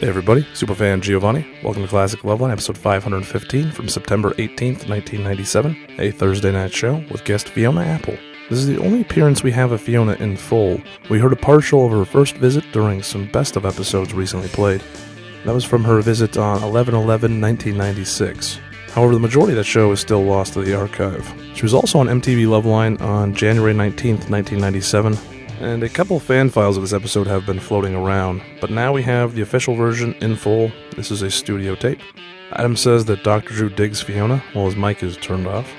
Hey everybody, Superfan Giovanni. Welcome to Classic Loveline, episode 515 from September 18th, 1997, a Thursday night show with guest Fiona Apple. This is the only appearance we have of Fiona in full. We heard a partial of her first visit during some best of episodes recently played. That was from her visit on 11 11 1996. However, the majority of that show is still lost to the archive. She was also on MTV Loveline on January 19th, 1997, and a couple fan files of this episode have been floating around, but now we have the official version in full. This is a studio tape. Adam says that Dr. Drew digs Fiona while his mic is turned off.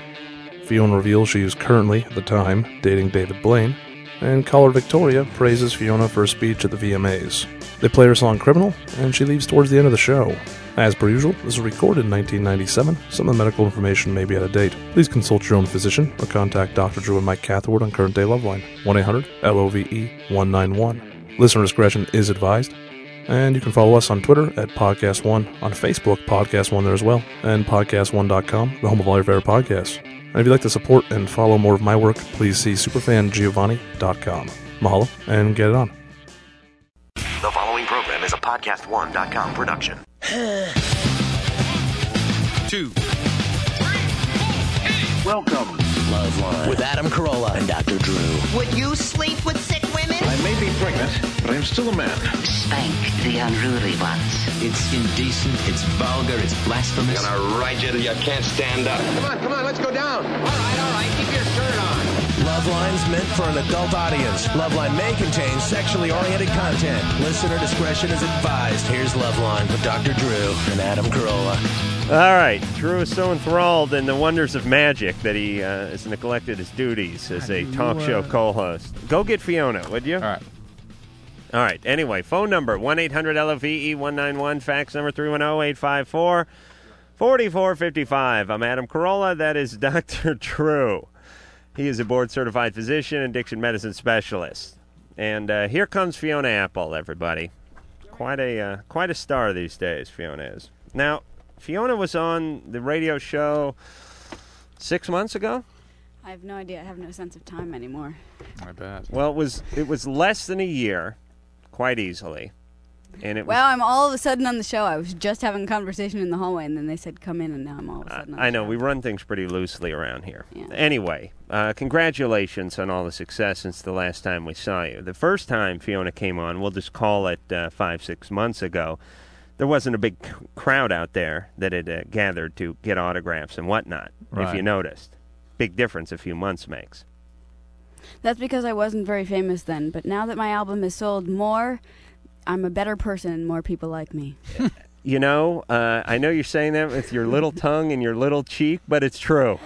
Fiona reveals she is currently, at the time, dating David Blaine, and caller Victoria praises Fiona for her speech at the VMAs. They play her song Criminal, and she leaves towards the end of the show. As per usual, this was recorded in 1997. Some of the medical information may be out of date. Please consult your own physician or contact Dr. Drew and Mike Cathward on Current Day Loveline, 1 800 LOVE 191. Listener discretion is advised. And you can follow us on Twitter at Podcast One, on Facebook, Podcast One there as well, and PodcastOne.com, the home of all your favorite podcasts. And if you'd like to support and follow more of my work, please see superfangiovanni.com. Mahalo, and get it on. The following program is a podcast1.com production. two. Welcome with Adam Carolla and Dr. Drew. Would you sleep with sick women? I may be pregnant, but I'm still a man. Spank the unruly ones. It's indecent, it's vulgar, it's blasphemous. gonna ride you till you can't stand up. Come on, come on, let's go down. All right, all right, keep your shirt on. Loveline's meant for an adult audience. Loveline may contain sexually oriented content. Listener discretion is advised. Here's Loveline with Dr. Drew and Adam Carolla. All right, Drew is so enthralled in the wonders of magic that he uh, has neglected his duties as a talk show co-host. Go get Fiona, would you? All right. All right. Anyway, phone number E 1-800-LOVE-191, fax number 310-854-4455. I'm Adam Carolla. That is Dr. Drew. He is a board-certified physician and addiction medicine specialist. And uh, here comes Fiona Apple, everybody quite a uh, quite a star these days. Fiona is now. Fiona was on the radio show six months ago. I have no idea. I have no sense of time anymore. I bet. Well, it was it was less than a year, quite easily, and it Wow, I'm all of a sudden on the show. I was just having a conversation in the hallway, and then they said come in, and now I'm all of a was. sudden. on I the know show. we run things pretty loosely around here. Yeah. Anyway, uh, congratulations on all the success since the last time we saw you. The first time Fiona came on, we'll just call it uh, five six months ago. There wasn't a big c- crowd out there that had uh, gathered to get autographs and whatnot. If Right. you noticed, big difference a few months makes. That's because I wasn't very famous then, but now that my album has sold more, I'm a better person, and more people like me. You know, uh, I know you're saying that with your little tongue and your little cheek, but it's true.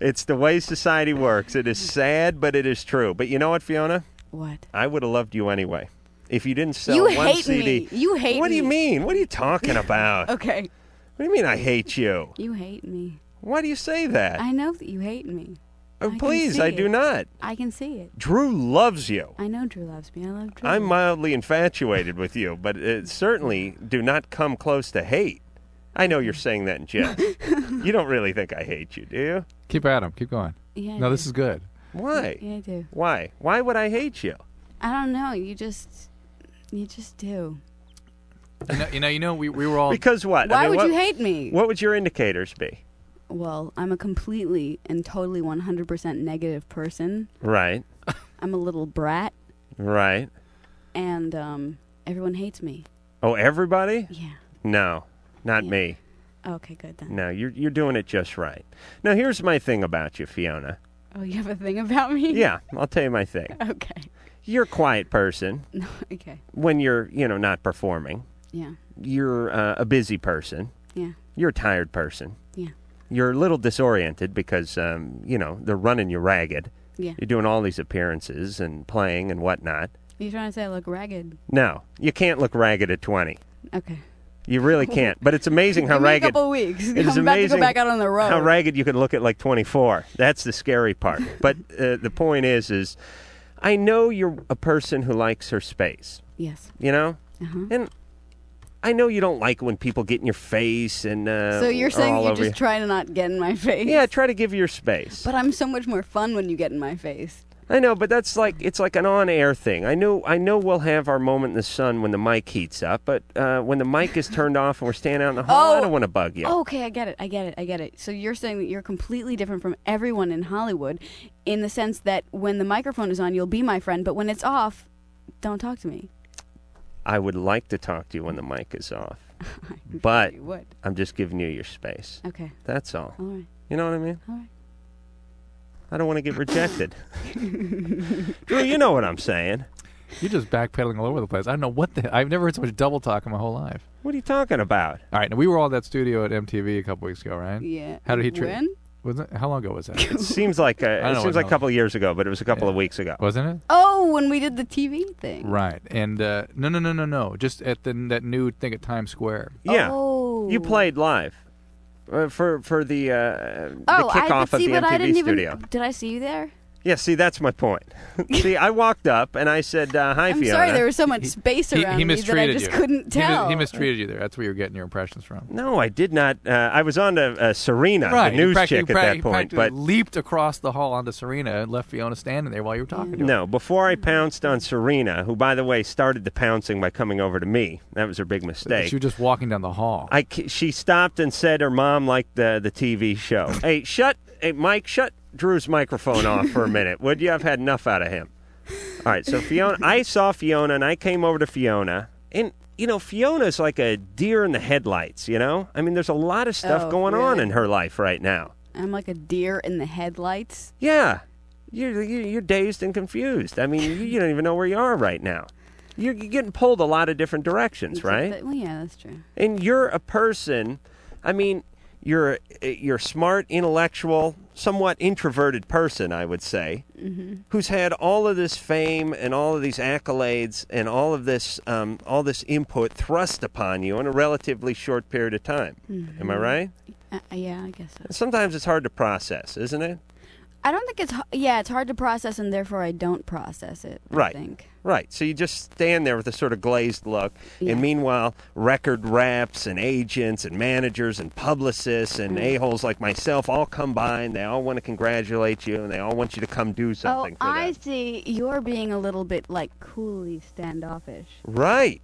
it's the way society works. It is sad, but it is true. But you know what, Fiona? What? I would have loved you anyway. If you didn't sell You one hate CD. me. You hate What do you me. mean? What are you talking about? what Okay. do you mean I hate you? You hate me. Why do you say that? I know that you hate me. Oh, I can please, see I do it. not. I can see it. Drew loves you. I know Drew loves me. I love Drew. I'm mildly infatuated with you, but it certainly do not come close to hate. I know you're saying that in jest. you don't really think I hate you, do you? Keep at him. Keep going. Yeah, I no, do. this is good. Why? Yeah, I do. Why? Why would I hate you? I don't know. You just, you just do. You know, you know, you know we, we were all. Because what? I Why mean, would what- you hate me? What would your indicators be? Well, I'm a completely and totally 100% negative person. Right. I'm a little brat, Right. and um, everyone hates me. Oh, everybody? Yeah. No, not Yeah. me. Okay, good then. No, you're you're doing it just right. Now, here's my thing about you, Fiona. Oh, you have a thing about me? Yeah, I'll tell you my thing. Okay. You're a quiet person No, okay. when you're, you know, not performing. Yeah. You're uh, a busy person. Yeah. You're a tired person. Yeah. You're a little disoriented because, um, you know, they're running you ragged. Yeah. You're doing all these appearances and playing and whatnot. You're trying to say I look ragged. No, you can't look ragged at 20. Okay. You really can't. But it's amazing how Give me ragged. a couple weeks. It is I'm about to go amazing back out on the road. How ragged you can look at like 24. That's the scary part. But uh, the point is, is I know you're a person who likes her space. Yes. You know, Uh-huh. and I know you don't like when people get in your face and uh, So you're are saying all you over just try to not get in my face? Yeah, try to give you your space. But I'm so much more fun when you get in my face. I know, but that's like it's like an on-air thing. I know, I know, we'll have our moment in the sun when the mic heats up, but uh, when the mic is turned off and we're standing out in the Oh, hall, Uh-huh. I don't want to bug you. Okay, I get it. I get it. I get it. So you're saying that you're completely different from everyone in Hollywood in the sense that when the microphone is on, you'll be my friend, but when it's off, don't talk to me. I would like to talk to you when the mic is off, but you would. I'm just giving you your space. Okay. that's all. All right. You know what I mean? All right. I don't want to get rejected. Drew, you know what I'm saying. You're just backpedaling all over the place. I don't know what the. I've never heard so much double talk in my whole life. What are you talking about? All right, now we were all at that studio at MTV a couple weeks ago, right? Yeah. How did he treat? When? Was it, how long ago was that? It seems like I don't uh, know it seems what like a time. couple of years ago, but it was a couple of weeks ago, wasn't it? Oh, when we did the TV thing. Right. And uh, no, no, no, no, no. Just at the, that new thing at Times Square. Yeah, Oh. you played live uh, for for the uh, Oh, the kickoff I, but see, of the but I MTV didn't studio. even. Did I see you there? Yeah, see, that's my point. see, I walked up and I said, uh, "Hi, I'm Fiona." sorry, there was so much space He, around he me that I mistreated just you. couldn't He mi- tell. He, mistreated you there. That's where you're getting your impressions from. no, I did not. Uh, I was on to uh, Serena, right. the you news prac- you chick, at prac- that you point. practically But leaped across the hall onto Serena and left Fiona standing there while you were talking to her. no, before I pounced on Serena, who, by the way, started the pouncing by coming over to me. That was her big mistake. She was just walking down the hall. I c- she stopped and said her mom liked the the TV show. hey, shut hey Mike, shut Drew's microphone off for a minute. Would you? I've had enough out of him. All right, so Fiona, I saw Fiona and I came over to Fiona and you know Fiona's like a deer in the headlights. You know, I mean, there's a lot of stuff Oh, going on really? in her life right now. I'm like a deer in the headlights. Yeah, you're you're you're dazed and confused. I mean, you, you don't even know where you are right now. You're, you're getting pulled a lot of different directions, right? But- well, yeah, that's true. and you're a person i mean you're a- you're a smart intellectual somewhat introverted person i would say Mm-hmm. Mm-hmm. who's had all of this fame and all of these accolades and all of this um, all this input thrust upon you in a relatively short period of time am i right Uh, yeah, I guess so. And sometimes it's hard to process isn't it I don't think it's. h- Yeah, it's hard to process, and therefore I don't process it. I Right. think. Right. So you just stand there with a sort of glazed look. Yeah. And meanwhile, record reps and agents and managers and publicists Mm. and a-holes like myself all come by and they all want to congratulate you and they all want you to come do Oh, something for I them. see. You're being a little bit like coolly standoffish. Right.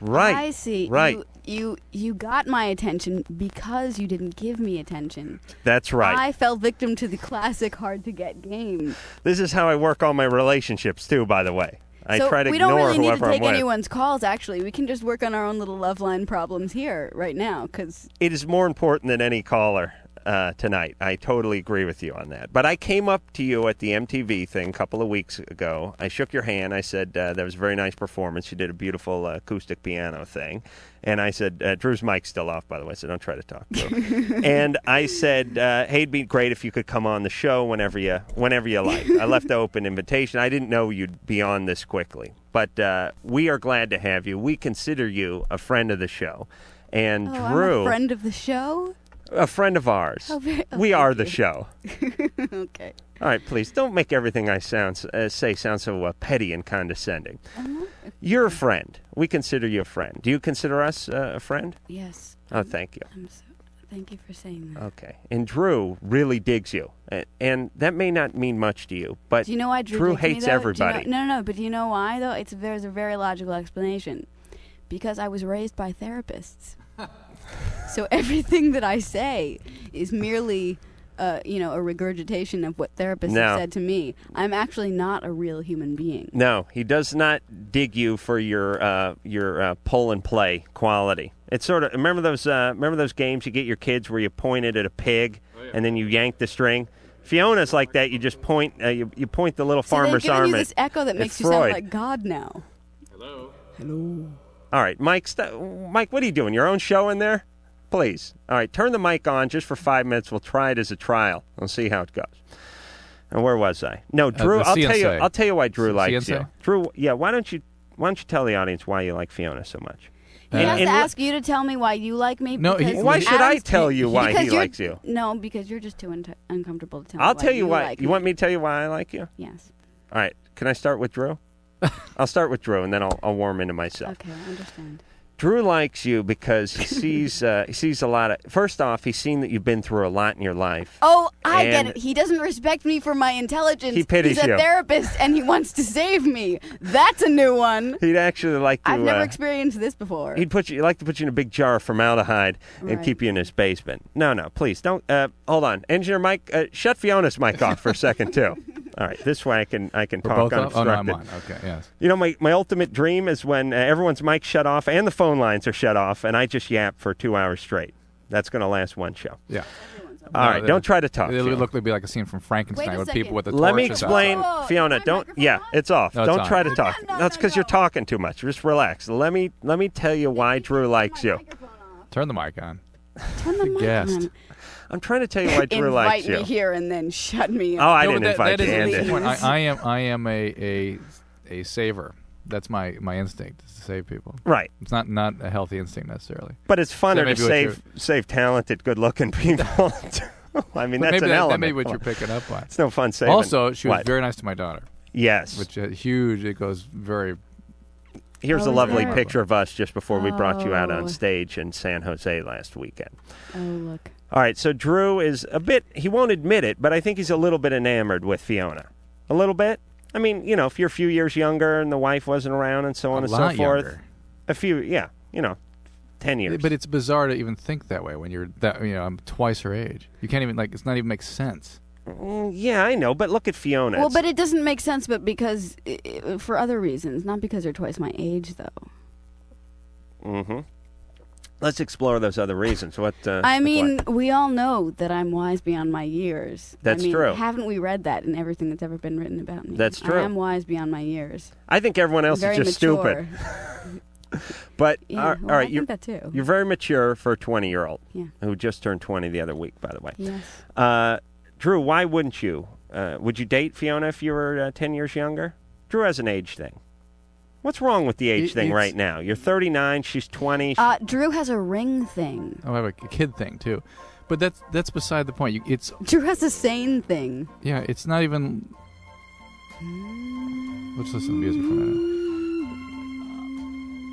Right. I see. Right. You, you you got my attention because you didn't give me attention. That's right. I fell victim to the classic hard to get game. This is how I work on my relationships too, by the way. I so try to we ignore don't really need to whoever take I'm with. anyone's calls. Actually, we can just work on our own little love line problems here right now. Because it is more important than any caller uh, tonight. I totally agree with you on that. But I came up to you at the MTV thing a couple of weeks ago. I shook your hand. I said uh, that was a very nice performance. You did a beautiful uh, acoustic piano thing, and I said uh, Drew's mic's still off, by the way, so don't try to talk. To him. and I said, uh, "Hey, it'd be great if you could come on the show whenever you whenever you like." I left the open invitation. I didn't know you'd be on this quickly, but uh, we are glad to have you. We consider you a friend of the show. And oh, Drew, I'm a friend of the show. Mm, a friend of ours. Oh, very- oh, we are thank the you. show. okay. All right, please don't make everything I sound uh, say sound so uh, petty and condescending. Uh-huh. You're a friend. We consider you a friend. Do you consider us uh, a friend? Yes. Oh, thank you. I'm so. Thank you for saying that. Okay. And Drew really digs you, A- and that may not mean much to you, but Do you know why Drew, hates me, hates though? Do you everybody. know- no, no, no. But do you know why though? It's there's a very logical explanation. Because I was raised by therapists, so everything that I say is merely, uh, you know, a regurgitation of what therapists No. have said to me. I'm actually not a real human being. No, he does not dig you for your uh, your uh, pull and play quality. It's sort of remember those uh, remember those games you get your kids where you pointed at a pig and then you yank the string. Fiona's like that. You just point uh, you, you point the little so they've farmer's given arm you at this echo at that makes you Freud. sound like God now. All right, Mike. St- Mike, what are you doing? Your own show in there? Please. All right, turn the mic on just for five minutes. We'll try it as a trial. We'll see how it goes. And where was I? No, Drew. Uh, the I'll tell you. CNC. I'll tell you why Drew C- likes you. CNC? Drew. Yeah. Why don't you? Why don't you tell the audience why you like Fiona so much? He has and to li- ask you to tell me why you like me. Uh, No, he- because Why should I Adam's- tell you why he because you're- likes you? No, because you're just too un- uncomfortable to tell. me I'll why tell you why. like you want me to tell you why I like you? All Yes. right. Can I start with Drew? I'll start with Drew, and then I'll, I'll warm into myself. Okay, I understand. Drew likes you because he sees uh, he sees a lot of. First off, he's seen that you've been through a lot in your life. Oh, I get And- it. He doesn't respect me for my intelligence. He pities He's a you. therapist and he wants to save me. That's a new one. He'd actually like to. I've never uh, experienced this before. He'd put you. He'd like to put you in a big jar of formaldehyde and Right. keep you in his basement. No, no, please don't. Uh, hold on, engineer Mike. Uh, shut Fiona's mic off for a second too. All right, this way I can I can We're talk both up? Oh, no, I'm unobstructed. on. Okay, yes. You know, my, my ultimate dream is when uh, everyone's mic shut off and the phone lines are shut off, and I just yap for two hours straight. That's going to last one show. Yeah. All right, don't try to talk. It Fiona. would look like be like a scene from Frankenstein Wait a with people with the Let me torches out. explain, Fiona. Don't. Yeah, it's off. No, it's don't on. try to talk. That's because you're talking too much. Just relax. Let me let me tell you why Drew likes you. Turn the mic on. Turn the mic guest. on. I'm trying to tell you why Drew invite likes me you. here and then shut me Oh, up. I No, but didn't that- invite that you. isn't Andy. the Andy. point. I, I am I am a a a saver. That's my my instinct is to save people. Right, It's not not a healthy instinct necessarily. but it's funner to may be what save save talented, good-looking people. I mean, that's an But maybe that, element. that may be what Come you're on. picking up on. It's no fun saving. Also, she was what? very nice to my daughter, yes. which is huge. It goes very Here's Oh, a is lovely there? picture of us just before we brought you out on Oh. stage in San Jose last weekend. Oh, look. All right, so Drew is a bit, he won't admit it, but I think he's a little bit enamored with Fiona. A little bit? I mean, you know, if you're a few years younger and the wife wasn't around and so on a and lot so forth. younger. A few, yeah, you know, 10 years. But it's bizarre to even think that way when you're that you know I'm twice her age. You can't even like it's not even makes sense. Mm, yeah, I know, but look at Fiona. Well, It's- but it doesn't make sense, but because i i- for other reasons, not because they're twice my age, Uh, though. mm-hmm. let's explore those other reasons. What? Uh, I what- mean, we all know that I'm wise beyond my years. That's I mean, true. Haven't we read that in everything that's ever been written about me? That's I true. am wise beyond my years. I think everyone else Very is just mature. stupid. But, Yeah, all- well, all I right, think you're, that too. you're very mature for a 20 year old Yeah. who just turned 20 the other week, by the way. Yes. Uh, Drew, why wouldn't you? Uh, would you date Fiona if you were uh, 10 years younger? Drew has an age thing. What's wrong with the age It- thing it's- right now? You're 39, she's 20. she- Uh, Drew has a ring thing. Oh, I have a kid thing too, but that's that's beside the point. You, it's Drew has a sane thing. yeah, it's not even. Let's listen to music for a minute.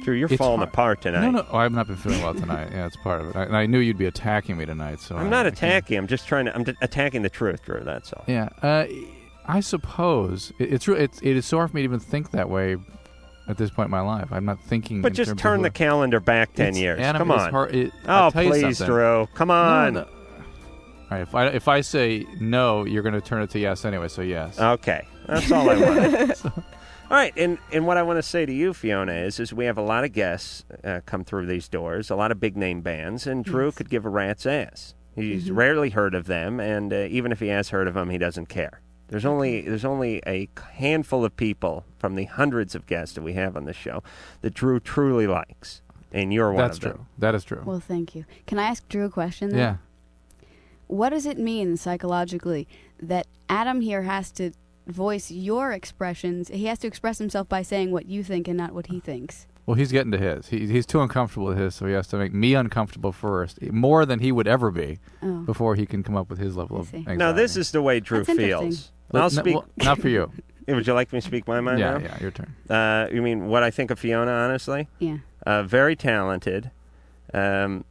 Drew, you're it's falling hard- apart tonight. No, no, oh, I've not been feeling well tonight. Yeah, it's part of it. I, and I knew you'd be attacking me tonight, so I'm I- not I can't- attacking. I'm just trying to. I'm d- attacking the truth, Drew. That's all. Yeah, uh, I suppose it, it's real. It's it is so hard for me to even think that way at this point in my life. I'm not thinking. But in just terms turn of the who- calendar back 10 It's- years. Adam, Come it is on. hard- it- oh, I'll tell you please, something. Drew. Come No, on. no. All right, if I if I say no, you're going to turn it to yes anyway. So yes. Okay, that's all I want. all right, and and what I want to say to you, Fiona, is is we have a lot of guests uh, come through these doors, a lot of big name bands, and Drew could give a rat's ass. He's Mm-hmm. rarely heard of them, and uh, even if he has heard of them, he doesn't care. There's only there's only a handful of people from the hundreds of guests that we have on this show that Drew truly likes, and you're one That's of them. true. That is true. Well, thank you. Can I ask Drew a question? though? yeah. What does it mean psychologically that Adam here has to voice your expressions? He has to express himself by saying what you think and not what he thinks. Well, he's getting to his. He, he's too uncomfortable with his, so he has to make me uncomfortable first, e, more than he would ever be, Oh. before he can come up with his level of see. anxiety. Now this is the way Drew That's feels. interesting. I'll No, speak. well, not for you. would you like me to speak my mind yeah, now? yeah, your turn. Uh, you mean what I think of Fiona, honestly? Yeah. uh, very talented. Um,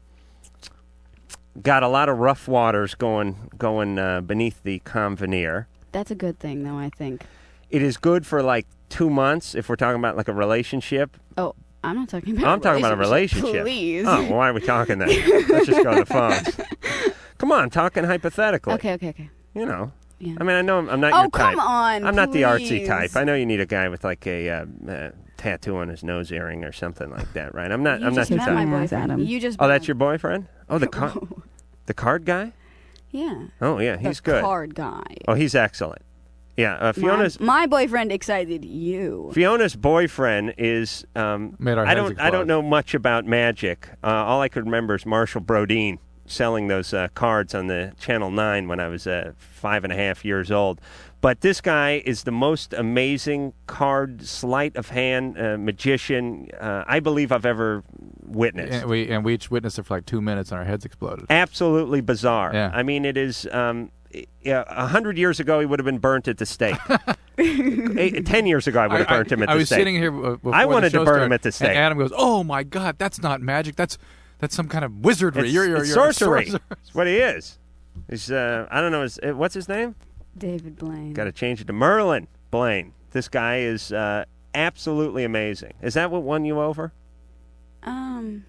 got a lot of rough waters going going uh, beneath the conveneer. That's a good thing, though, I think. It is good for like two months if we're talking about like a relationship. Oh, I'm not talking about I'm talking about a relationship. Please. Oh, why are we talking then? Let's just go to the phones. Come on, talking hypothetically. Okay, okay, okay. You know. Yeah. I mean, I know I'm, I'm not Oh, your type. come on, I'm not the artsy please. type. I know you need a guy with like a uh, uh, tattoo on his nose earring or something like that, right? I'm not. You I'm not just your met type. my boyfriend. You just Oh, that's met- your boyfriend? Oh, the card, the card guy? Yeah. Oh yeah, he's the good. Card guy. Oh, he's excellent. Yeah, uh, My- Fiona's my boyfriend excited you. Fiona's boyfriend is. Um, Made our I heads don't. I don't explode. know much about magic. Uh, all I could remember is Marshall Brodeen selling those uh, cards on the Channel Nine when I was uh, five and a half years old. But this guy is the most amazing card sleight of hand uh, magician uh, I believe I've ever witnessed. And we and we each witnessed it for like two minutes, and our heads exploded. Absolutely bizarre. Yeah. I mean, it is. Um, i- yeah, a hundred years ago, he would have been burnt at the stake. Eight, Ten years ago, I would have burnt him at I the was stake. sitting here. uh, Before I the wanted to show burn started, him at the stake. And Adam goes, "Oh my God, that's not magic. That's that's some kind of wizardry. It's- you're you're, it's you're a sorcery. sorcerer." It's what he is. He's uh, I don't know. His, uh, what's his name? David Blaine. Got to change it to Merlin Blaine. This guy is uh, absolutely amazing. Is that what won you over? Um,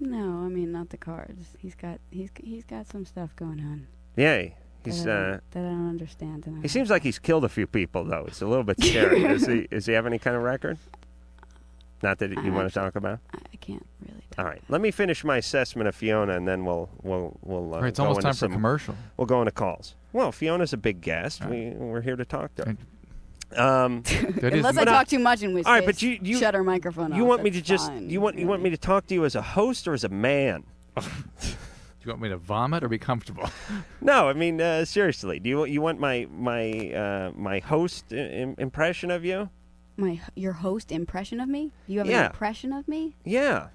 no, I mean not the cards. He's got he's he's got some stuff going on. Yeah, he's. that, I, Uh, don't- that I don't understand. And I he seems like he's killed a few people, though. It's a little bit scary. Does he? Does he have any kind of record? Not that you want to talk about. I can't really. All right, let me finish my assessment of Fiona, and then we'll we'll we'll. Uh, All right, it's go almost into time for some- commercial. We'll go into calls. Well, Fiona's a big guest. We we're here to talk to her. Um, Unless I But talk too much, in which All right, case, but you- you- shut our microphone off. You want me to that's just fine. you want you want me to talk to you as a host or as a man? Do you want me to vomit or be comfortable? No, I mean uh, seriously. Do you you want my my uh, my host i- im- impression of you? my your host impression of me? You have Yeah. an impression of me? Yeah,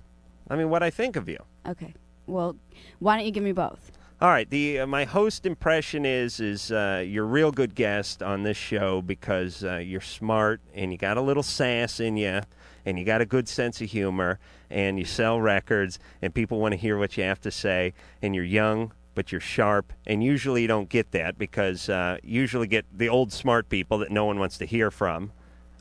I mean what I think of you. Okay. Well, why don't you give me both? All right. The uh, my host impression is is uh, you're a real good guest on this show because uh, you're smart and you got a little sass in you, and you got a good sense of humor, and you sell records, and people want to hear what you have to say, and you're young. But you're sharp, and usually you don't get that because uh, you usually get the old smart people that no one wants to hear from,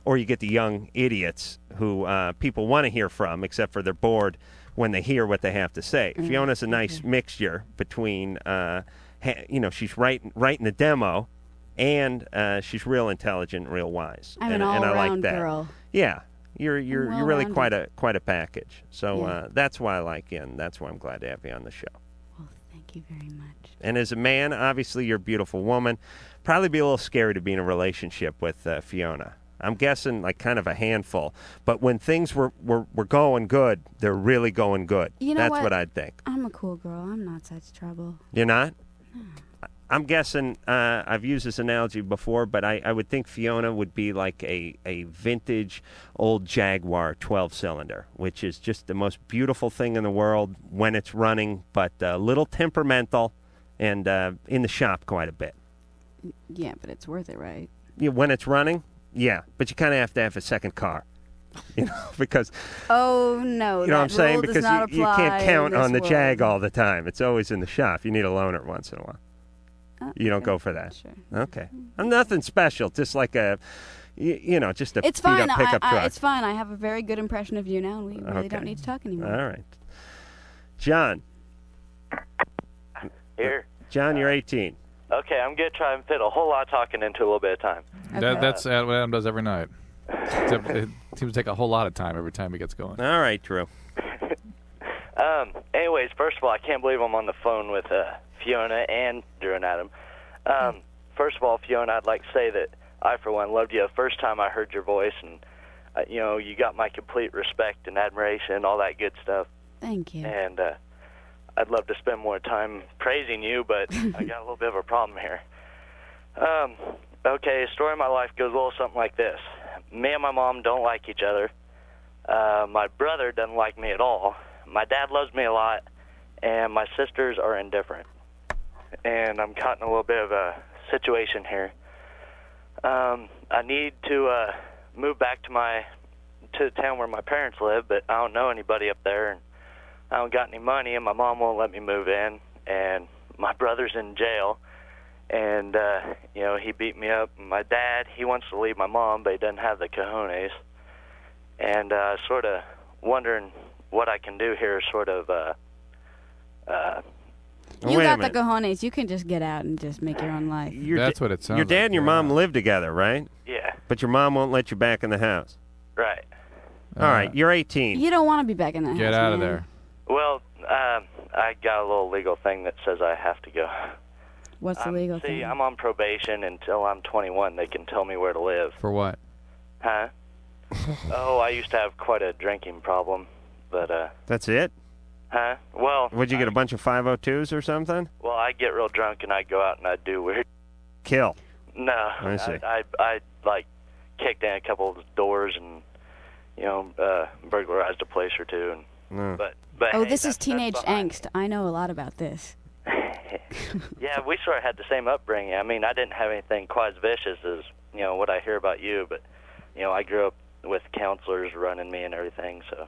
or you get the young idiots who uh, people want to hear from, except for they're bored when they hear what they have to say. Mm-hmm. Fiona's a nice mixture between, uh, ha- you know, she's right, writing the demo, and uh, she's real intelligent, real wise. I'm and, an and I like all-around that. girl. Yeah, you're you're you're really well-rounded. quite a quite a package. So Yeah. uh, that's why I like you, and that's why I'm glad to have you on the show. Thank you very much. And as a man, obviously you're a beautiful woman. Probably be a little scary to be in a relationship with uh, Fiona. I'm guessing like kind of a handful. But when things were, were, were going good, they're really going good. You know That's what? what? I'd think. I'm a cool girl. I'm not such trouble. You're not? I'm guessing uh, I've used this analogy before, but I, I would think Fiona would be like a, a vintage old Jaguar 12 cylinder, which is just the most beautiful thing in the world when it's running, but a little temperamental and uh, in the shop quite a bit. Yeah, but it's worth it, right? Yeah, when it's running, yeah, but you kind of have to have a second car, you know, because Oh no! you know that what I'm saying rule does because you, not you apply can't in count this on the world. Jag all the time. It's always in the shop. You need a loaner once in a while. you don't go for that. Okay, I'm nothing special. Just like a, you, you know, just a It's fine. beat up pickup I, I, truck. it's fine. I have a very good impression of you now, and we really don't Okay. need to talk all anymore. right, John. Here. John, you're 18. Okay, I'm gonna try and fit a whole lot of talking into a little bit of time. That, that's uh, what Adam does every night. Except it seems to take a whole lot of time every time he gets going. All right, Drew. Um. Anyways, first of all, I can't believe I'm on the phone with uh, Fiona and Drew and Adam. Um. First of all, Fiona, I'd like to say that I, for one, loved you the first time I heard your voice, and uh, you know, you got my complete respect and admiration and all that good stuff. Thank you. And uh, I'd love to spend more time praising you, but I got a little bit of a problem here. Um, okay, story of my life goes a little something like this. Me and my mom don't like each other. Uh, my brother doesn't like me at all. My dad loves me a lot, and my sisters are indifferent. And I'm caught in a little bit of a situation here. Um, I need to uh, move back to my to the town where my parents live, but I don't know anybody up there, and I don't got any money, and my mom won't let me move in, and my brother's in jail, and uh, you know he beat me up. And My dad, he wants to leave my mom, but he doesn't have the cojones, and uh, sort of wondering what I can do here, sort of. Uh, uh, You got the cojones. You can just get out and just make your own life. Your da- Your dad and your mom live together, right? Yeah. But your mom won't let you back in the house. Right. All Uh, right, you're 18. You don't want to be back in that house. man. Well, um, I got a little legal thing that says I have to go. What's the I'm- legal see, thing? I'm on probation until I'm 21. They can tell me where to live. For what? Huh? oh, I used to have quite a drinking problem, but uh, That's it. huh? Well, Would you get a bunch of 502s or something? well, I get real drunk and I go out and I do weird. Kill. No, I see. I, I, I like kicked in a couple of doors and you know uh, burglarized a place or two and No. But but oh, hey, this that- is teenage that's behind- angst. I know a lot about this. Yeah, we sort of had the same upbringing. I mean, I didn't have anything quite as vicious as you know what I hear about you, but you know, I grew up with counselors running me and everything. So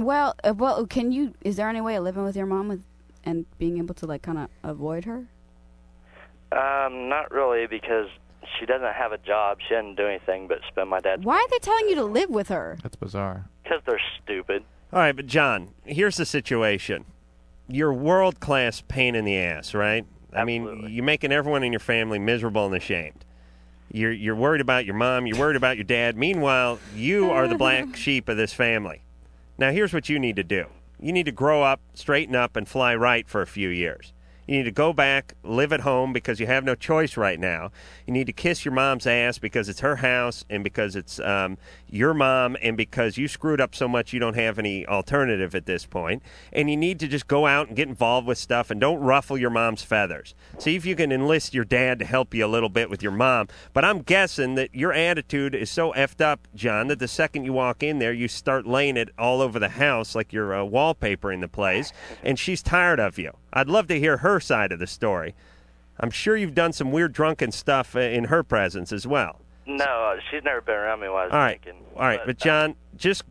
Well, uh, well, can you? Is there any way of living with your mom with, and being able to like kind of avoid her? um, not really because she doesn't have a job. She doesn't do anything but spend my dad's. Why are they telling you to live with her? That's bizarre. Because they're stupid. All right, but John, here's the situation. You're world class pain in the ass, right? I mean, you're making everyone in your family miserable and ashamed. You're you're worried about your mom, you're worried about your dad. Meanwhile, you are the black sheep of this family. Now, here's what you need to do. You need to grow up, straighten up and fly right for a few years. You need to go back, live at home because you have no choice right now. You need to kiss your mom's ass because it's her house and because it's um, your mom and because you screwed up so much you don't have any alternative at this point. And you need to just go out and get involved with stuff and don't ruffle your mom's feathers. See if you can enlist your dad to help you a little bit with your mom. But I'm guessing that your attitude is so effed up, John, that the second you walk in there, you start laying it all over the house like you're uh, wallpapering the place. And she's tired of you. I'd love to hear her side of the story. I'm sure you've done some weird drunken stuff uh, in her presence as well. No, she's never been around me while I was uh, All right, drinking. all right, but John, just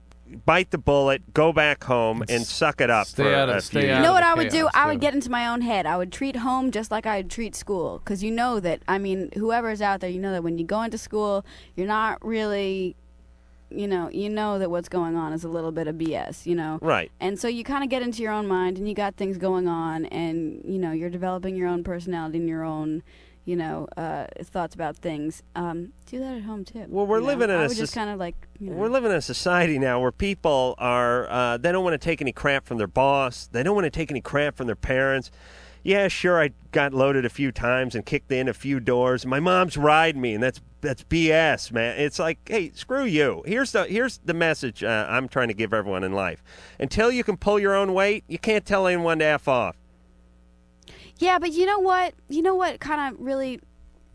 bite the bullet, go back home, and suck it up. stay for out of- a stay few out years. You know what I would do? I would get into my own head. I would treat home just like I would treat school. Because you know that, I mean, whoever's out there, you know that when you go into school, you're not really, you know, you know that what's going on is a little bit of BS, you know? Right. And so you kind of get into your own mind and you got things going on and, you know, you're developing your own personality and your own. You know, uh, thoughts about things. Um, do that at home too. Well, we're you know? living in I a would just soc- kind of like you know, We're living in a society now where people are, uh, they don't want to take any crap from their boss. They don't want to take any crap from their parents. Yeah, sure, I got loaded a few times and kicked in a few doors. My mom's riding me, and that's that's BS, man. It's like, hey, screw you. Here's the here's the message uh, I'm trying to give everyone in life. Until you can pull your own weight, you can't tell anyone to f off. Yeah, but you know what? You know what kind of really,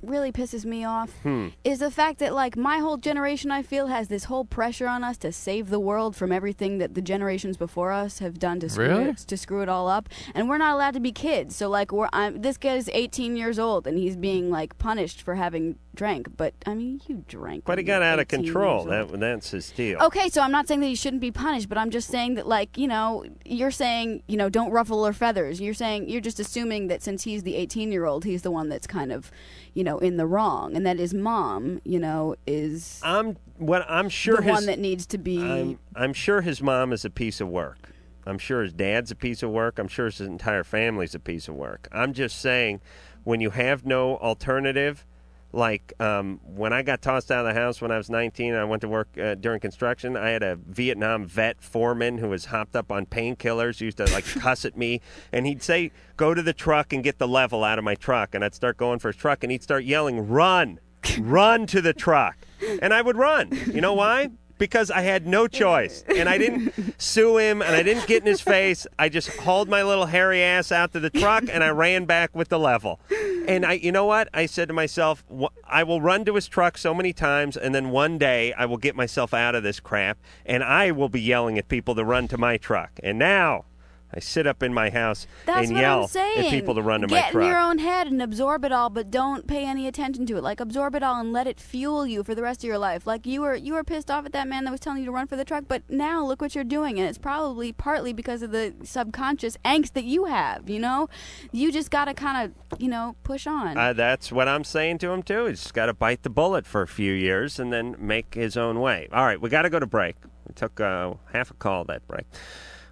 really pisses me off Hmm. is the fact that like my whole generation, I feel, has this whole pressure on us to save the world from everything that the generations before us have done to screw Really? it, to screw it all up, and we're not allowed to be kids. So like, we're I'm, this guy's 18 years old and he's being like punished for having drank. But I mean, you drank. But it when got you're out of 18 years control. old. That that's his deal. Okay, so I'm not saying that you shouldn't be punished, but I'm just saying that, like, you know, you're saying, you know, don't ruffle her feathers. You're saying, you're just assuming that since he's the 18 year old, he's the one that's kind of, you know, in the wrong, and that his mom, you know, is I'm what I'm sure the his, one that needs to be. I'm, I'm sure his mom is a piece of work. I'm sure his dad's a piece of work. I'm sure his entire family's a piece of work. I'm just saying, when you have no alternative, like um, when I got tossed out of the house when I was 19, I went to work uh, during construction. I had a Vietnam vet foreman who was hopped up on painkillers, used to like cuss at me, and he'd say, "Go to the truck and get the level out of my truck," and I'd start going for his truck, and he'd start yelling, "Run, run to the truck," and I would run. You know why? because I had no choice. And I didn't sue him and I didn't get in his face. I just hauled my little hairy ass out to the truck and I ran back with the level. And I you know what? I said to myself, "Wh- I will run to his truck so many times and then one day I will get myself out of this crap and I will be yelling at people to run to my truck. And now I sit up in my house that's and what yell I'm saying. at people to run to Get my truck. in your own head and absorb it all, but don't pay any attention to it. Like absorb it all and let it fuel you for the rest of your life. Like you were you were pissed off at that man that was telling you to run for the truck, but now look what you're doing, and it's probably partly because of the subconscious angst that you have. You know, you just gotta kind of you know push on. Uh, that's what I'm saying to him too. He's got to bite the bullet for a few years and then make his own way. All right, we got to go to break. We took uh, half a call that break.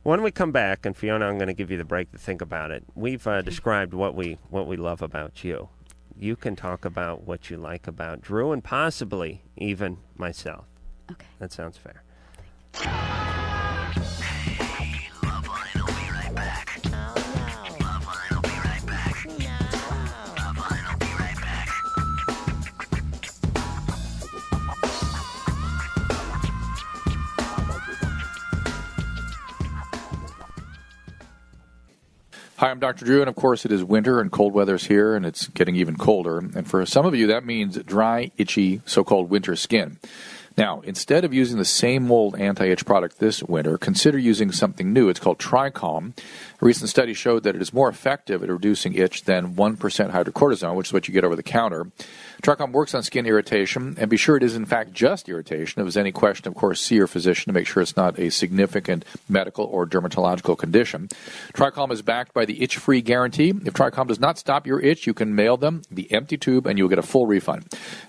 When we come back, and Fiona, I'm going to give you the break to think about it. We've uh, described what we what we love about you. You can talk about what you like about Drew and possibly even myself. Okay, that sounds fair. Hi, I'm Dr. Drew, and of course, it is winter and cold weather is here, and it's getting even colder. And for some of you, that means dry, itchy, so called winter skin. Now, instead of using the same old anti itch product this winter, consider using something new. It's called Tricom. A recent study showed that it is more effective at reducing itch than 1% hydrocortisone, which is what you get over the counter. Tricom works on skin irritation, and be sure it is, in fact, just irritation. If there's any question, of course, see your physician to make sure it's not a significant medical or dermatological condition. Tricom is backed by the itch free guarantee. If Tricom does not stop your itch, you can mail them the empty tube and you'll get a full refund.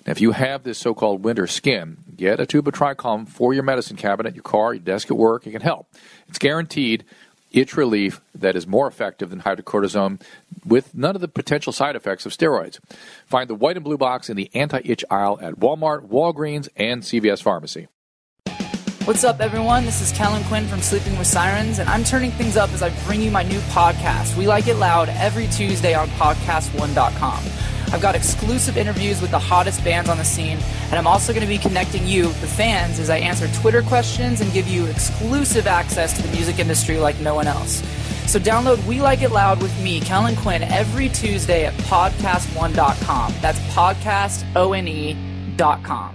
Now, if you have this so called winter skin, get a tube of Tricom for your medicine cabinet, your car, your desk at work. It can help. It's guaranteed itch relief that is more effective than hydrocortisone with none of the potential side effects of steroids. Find the white and blue box in the anti itch aisle at Walmart, Walgreens, and CVS Pharmacy. What's up, everyone? This is Kellen Quinn from Sleeping with Sirens, and I'm turning things up as I bring you my new podcast, We Like It Loud, every Tuesday on podcast1.com. I've got exclusive interviews with the hottest bands on the scene, and I'm also going to be connecting you, the fans, as I answer Twitter questions and give you exclusive access to the music industry like no one else. So download We Like It Loud with me, Kellen Quinn, every Tuesday at podcast1.com. That's E podcastone.com.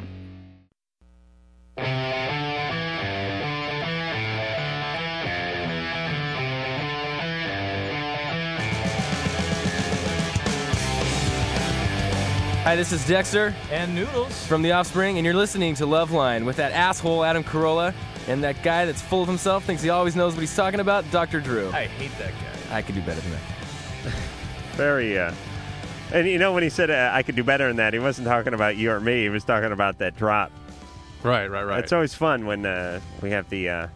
Hi, this is Dexter And noodles. from The Offspring, and you're listening to Loveline with that asshole Adam Carolla and that guy that's full of himself, thinks he always knows what he's talking about, Dr. Drew. I hate that guy. I could do better than that. Very, uh, and you know when he said uh, I could do better than that, he wasn't talking about you or me. He was talking about that drop. Right, right, right. It's always fun when uh, we have the uh,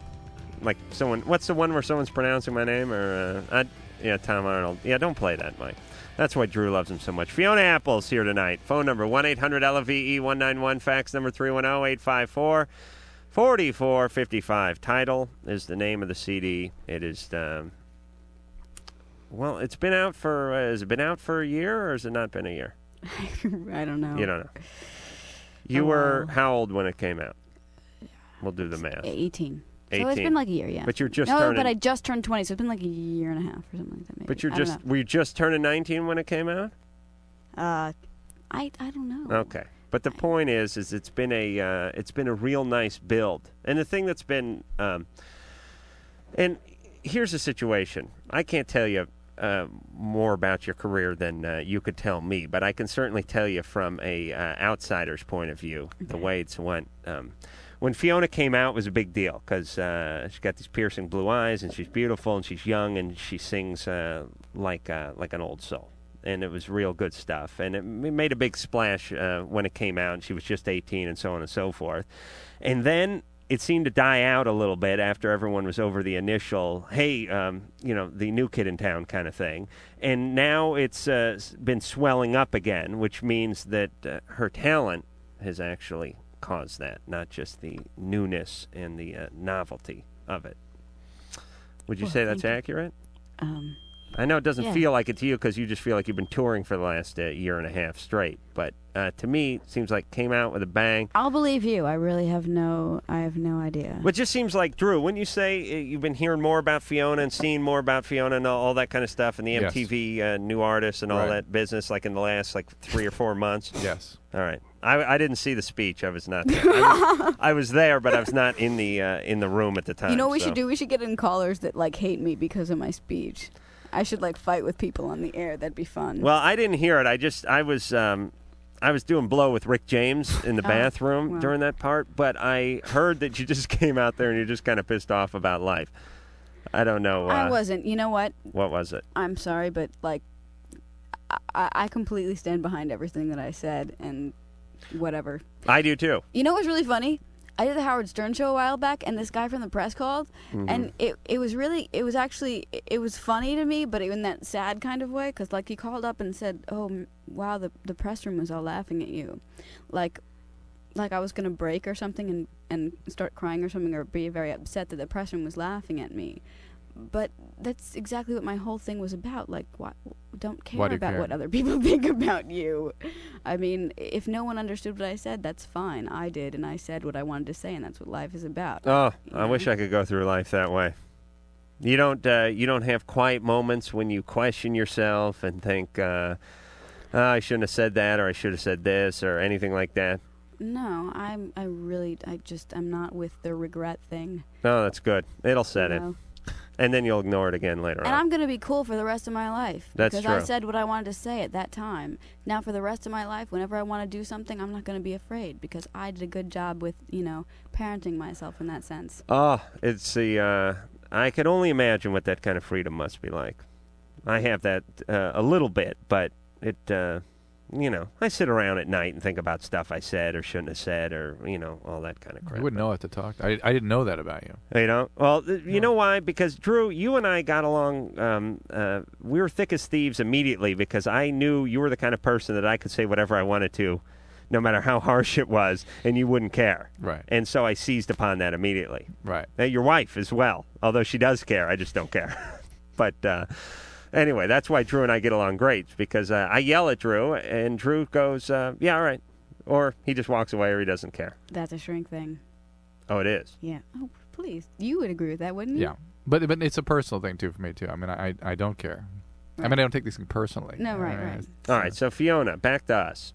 like someone. What's the one where someone's pronouncing my name? Or uh, I, yeah, Tom Arnold. Yeah, don't play that, Mike. That's why Drew loves him so much. Fiona Apple's here tonight. Phone number 1 800 LVE 191. Fax number 310 854 4455. Title is the name of the CD. It is, um, well, it's been out for, uh, has it been out for a year or has it not been a year? I don't know. You don't know. You A were how old when it came out? We'll do the math. 18. 18. So it's been like a year, yeah. But you're just no, turning. but I just turned 20, so it's been like a year and a half or something like that. Maybe. but you're I don't just were you just turning 19 when it came out? know. Uh, I I don't know. Okay. But the point is, is it's been a uh, it's been a real nice build, and the thing that's been, um, and here's the situation. I can't tell you uh, more about your career than uh, you could tell me, but I can certainly tell you from a uh, outsider's point of view the way it's went. Um, when Fiona came out, it was a big deal because uh, she's got these piercing blue eyes, and she's beautiful, and she's young, and she sings uh, like uh, like an old soul and it was real good stuff. And it m- made a big splash uh, when it came out. And she was just 18, and so on and so forth. And then it seemed to die out a little bit after everyone was over the initial, hey, um, you know, the new kid in town kind of thing. And now it's uh, s- been swelling up again, which means that uh, her talent has actually caused that, not just the newness and the uh, novelty of it. Would you Well, say that's thank you. accurate? Um, I know it doesn't Yeah. feel like it to you because you just feel like you've been touring for the last uh, year and a half straight. But uh, to me, it seems like came out with a bang. I'll believe you. I really have no. I have no idea. But it just seems like Drew. Wouldn't you say uh, you've been hearing more about Fiona and seeing more about Fiona and all, all that kind of stuff and the Yes. MTV uh, new artists and all Right. that business like in the last like three or four months? Yes. All right. I, I didn't see the speech. I was not. There. I, was, I was there, but I was not in the uh, in the room at the time. you know what we so- should do? We should get in callers that like hate me because of my speech. I should like fight with people on the air. That'd be fun. Well, I didn't hear it. I just I was um, I was doing blow with Rick James in the Oh, bathroom wow. during that part, but I heard that you just came out there and you're just kind of pissed off about life. I don't know. Uh, I wasn't. You know what? What was it? I'm sorry, but like, I- I, I completely stand behind everything that I said and whatever. I do too. You know what's really funny? I did the Howard Stern show a while back, and this guy from the press called, Mhm. Mm-hmm. and it, it was really it was actually it, it was funny to me, but in that sad kind of way, because like he called up and said, "Oh m- wow, the the press room was all laughing at you," like like I was gonna break or something and and start crying or something or be very upset that the press room was laughing at me. But that's exactly what my whole thing was about. Like, why, don't care Why do you about care? what other people think about you. I mean, if no one understood what I said, that's fine. I did, and I said what I wanted to say, and that's what life is about. Oh, I wish I could go through life that way. You don't uh, you don't have quiet moments when you question yourself "Oh, and think uh, "Ah, I shouldn't have said that or I should have said this or anything like that. No, I'm. I really. I just. I'm not with the regret thing. No, Oh, that's good. It'll set No. it, and then you'll ignore it again later And on. I'm gonna be cool for the rest of my life That's because I true. said what I wanted to say at that time. Now, for the rest of my life, whenever I want to do something, I'm not gonna be afraid because I did a good job with you know parenting myself in that sense. Oh, it's the. Uh, I can only imagine what that kind of freedom must be like. I have that uh, a little bit, but it. Uh, you know, I sit around at night and think about stuff I said or shouldn't have said, or you know, all that kind of crap. I wouldn't know what to talk. I, I didn't know that about you. You know, well, th- you know why? Because Drew, you and I got along. Um, uh, we were thick as thieves immediately because I knew you were the kind of person that I could say whatever I wanted to, no matter how harsh it was, and you wouldn't care. Right. And so I seized upon that immediately. Right. Uh, your wife as well, although she does care. I just don't care. but uh, anyway, that's why Drew and I get along great because uh, I yell at Drew, and Drew goes, uh, "Yeah, all right," or he just walks away, or he doesn't care. That's a shrink thing. Oh, it is. Yeah. Oh, please. You would agree with that, wouldn't you? Yeah, but but it's a personal thing too for me too. I mean, I I don't care. I mean, I don't take these things personally. Uh, No, right, I mean, right. it's- All right, so Fiona, back to us.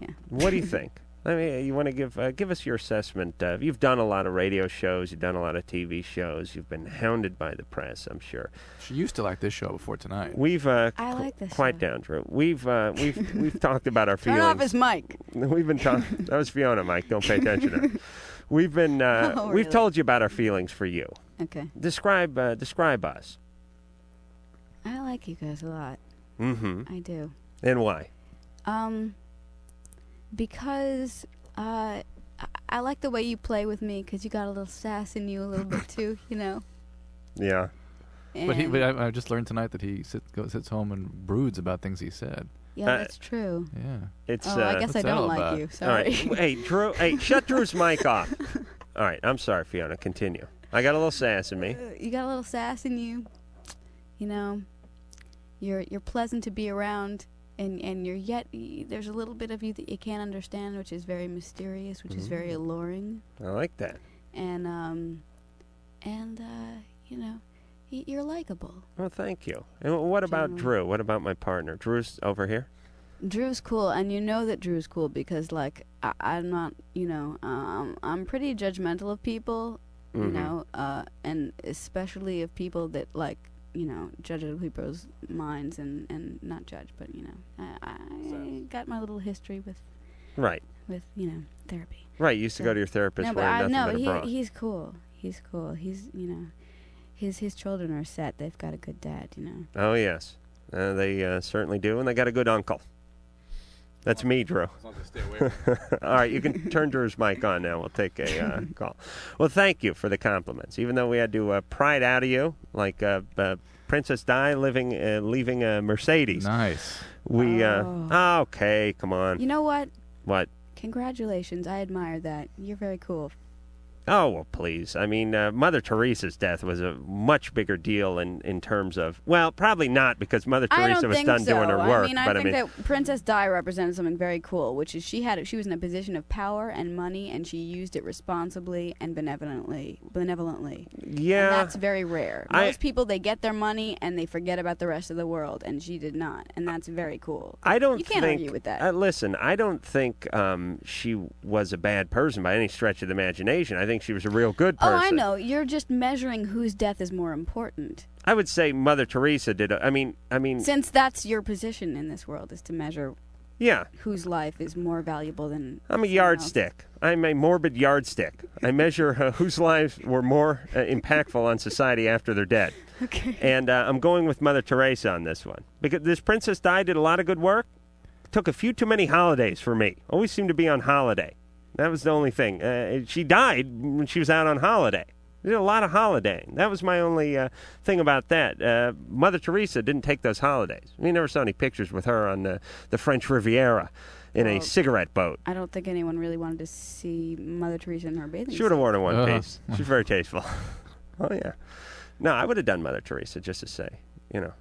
Yeah. What do you think? I mean, you want to give uh, give us your assessment. Uh, you've done a lot of radio shows, you've done a lot of TV shows, you've been hounded by the press, I'm sure. She used to like this show before tonight. We've uh, I qu- like this quiet down, Drew. We've uh, we've we've talked about our Turn feelings. off his mic. We've been talking. that was Fiona, Mike. Don't pay attention to her. We've been uh, Oh, we've really? told you about our feelings for you. Okay. Describe uh, describe us. I like you guys a lot. Mm-hmm. I do. And why? Um, because uh, I, I like the way you play with me because you got a little sass in you a little bit too, you know. Yeah. But he, And- but I, I just learned tonight that he sit, go, sits home and broods about things he said. Yeah, that's true. Yeah. Uh, It's. Oh, uh, I guess I What's that don't all like about? you. All right. Sorry. Hey, Drew. Hey, shut Drew's mic off. All right. I'm sorry, Fiona. Continue. I got a little sass in me. you got a little sass in you. You know, you're you're pleasant to be around, and and you're yet y- there's a little bit of you that you can't understand, which is very mysterious, which is very Mm-hmm. Mm. alluring, I like that. and um, and uh, you know, y- you're likable. Well, thank you. And wh- what about Drew? What about my partner? Drew's over here. Drew's cool, and you know that Drew's cool because, like, I, I'm not, you know, um, I'm pretty judgmental of people, you Mhm. know, uh, and especially of people that, like, you know, judge other people's minds and, and not judge, but, you know, I, I got my little history with, Right. with you know, therapy. Right. You used to go to your therapist No, but wearing I, nothing no, but a bra. he, he's cool. He's cool. He's, you know, his, his children are set. They've got a good dad, you know. Oh yes, uh, they uh, certainly do, and they got a good uncle. That's me, Drew. All right, you can turn Drew's mic on now. We'll take a uh, call. Well, thank you for the compliments, even though we had to uh, pry it out of you, like uh, uh, Princess Di living, uh, leaving a Mercedes. Nice. We uh, okay, come on. Oh. You know what? what? Congratulations. I admire that. You're very cool. Oh well, please. I mean, uh, Mother Teresa's death was a much bigger deal in, in terms of well, probably not because Mother I Teresa don't was think done so. doing her I work, mean, I but think I mean, that Princess Di represented something very cool, which is she had she was in a position of power and money, and she used it responsibly and benevolently. Benevolently, yeah, and that's very rare. I- Most people they get their money and they forget about the rest of the world, and she did not, and that's very cool. I don't. You can't think, argue with that. Uh, listen, I don't think um, she was a bad person by any stretch of the imagination. I think she was a real good oh, person. I know. You're just measuring whose death is more important, I would say Mother Teresa did. A, I mean, I mean, since that's your position in this world is to measure yeah. whose life is more valuable than. I'm a someone else. yardstick. I'm a morbid yardstick. I measure uh, whose lives were more uh, impactful on society after they're dead. Okay. And uh, I'm going with Mother Teresa on this one because this Princess Di did a lot of good work. Took a few too many holidays for me. Always seemed to be on holiday. That was the only thing. Uh, she died when she was out on holiday. She did a lot of holidaying. That was my only uh, thing about that. Uh, Mother Teresa didn't take those holidays. We never saw any pictures with her on the, the French Riviera in a Well, cigarette boat. I don't think anyone really wanted to see Mother Teresa in her bathing She would have worn a one Uh-huh. piece. She's very tasteful. oh yeah. No, I would have done Mother Teresa just to say, you know.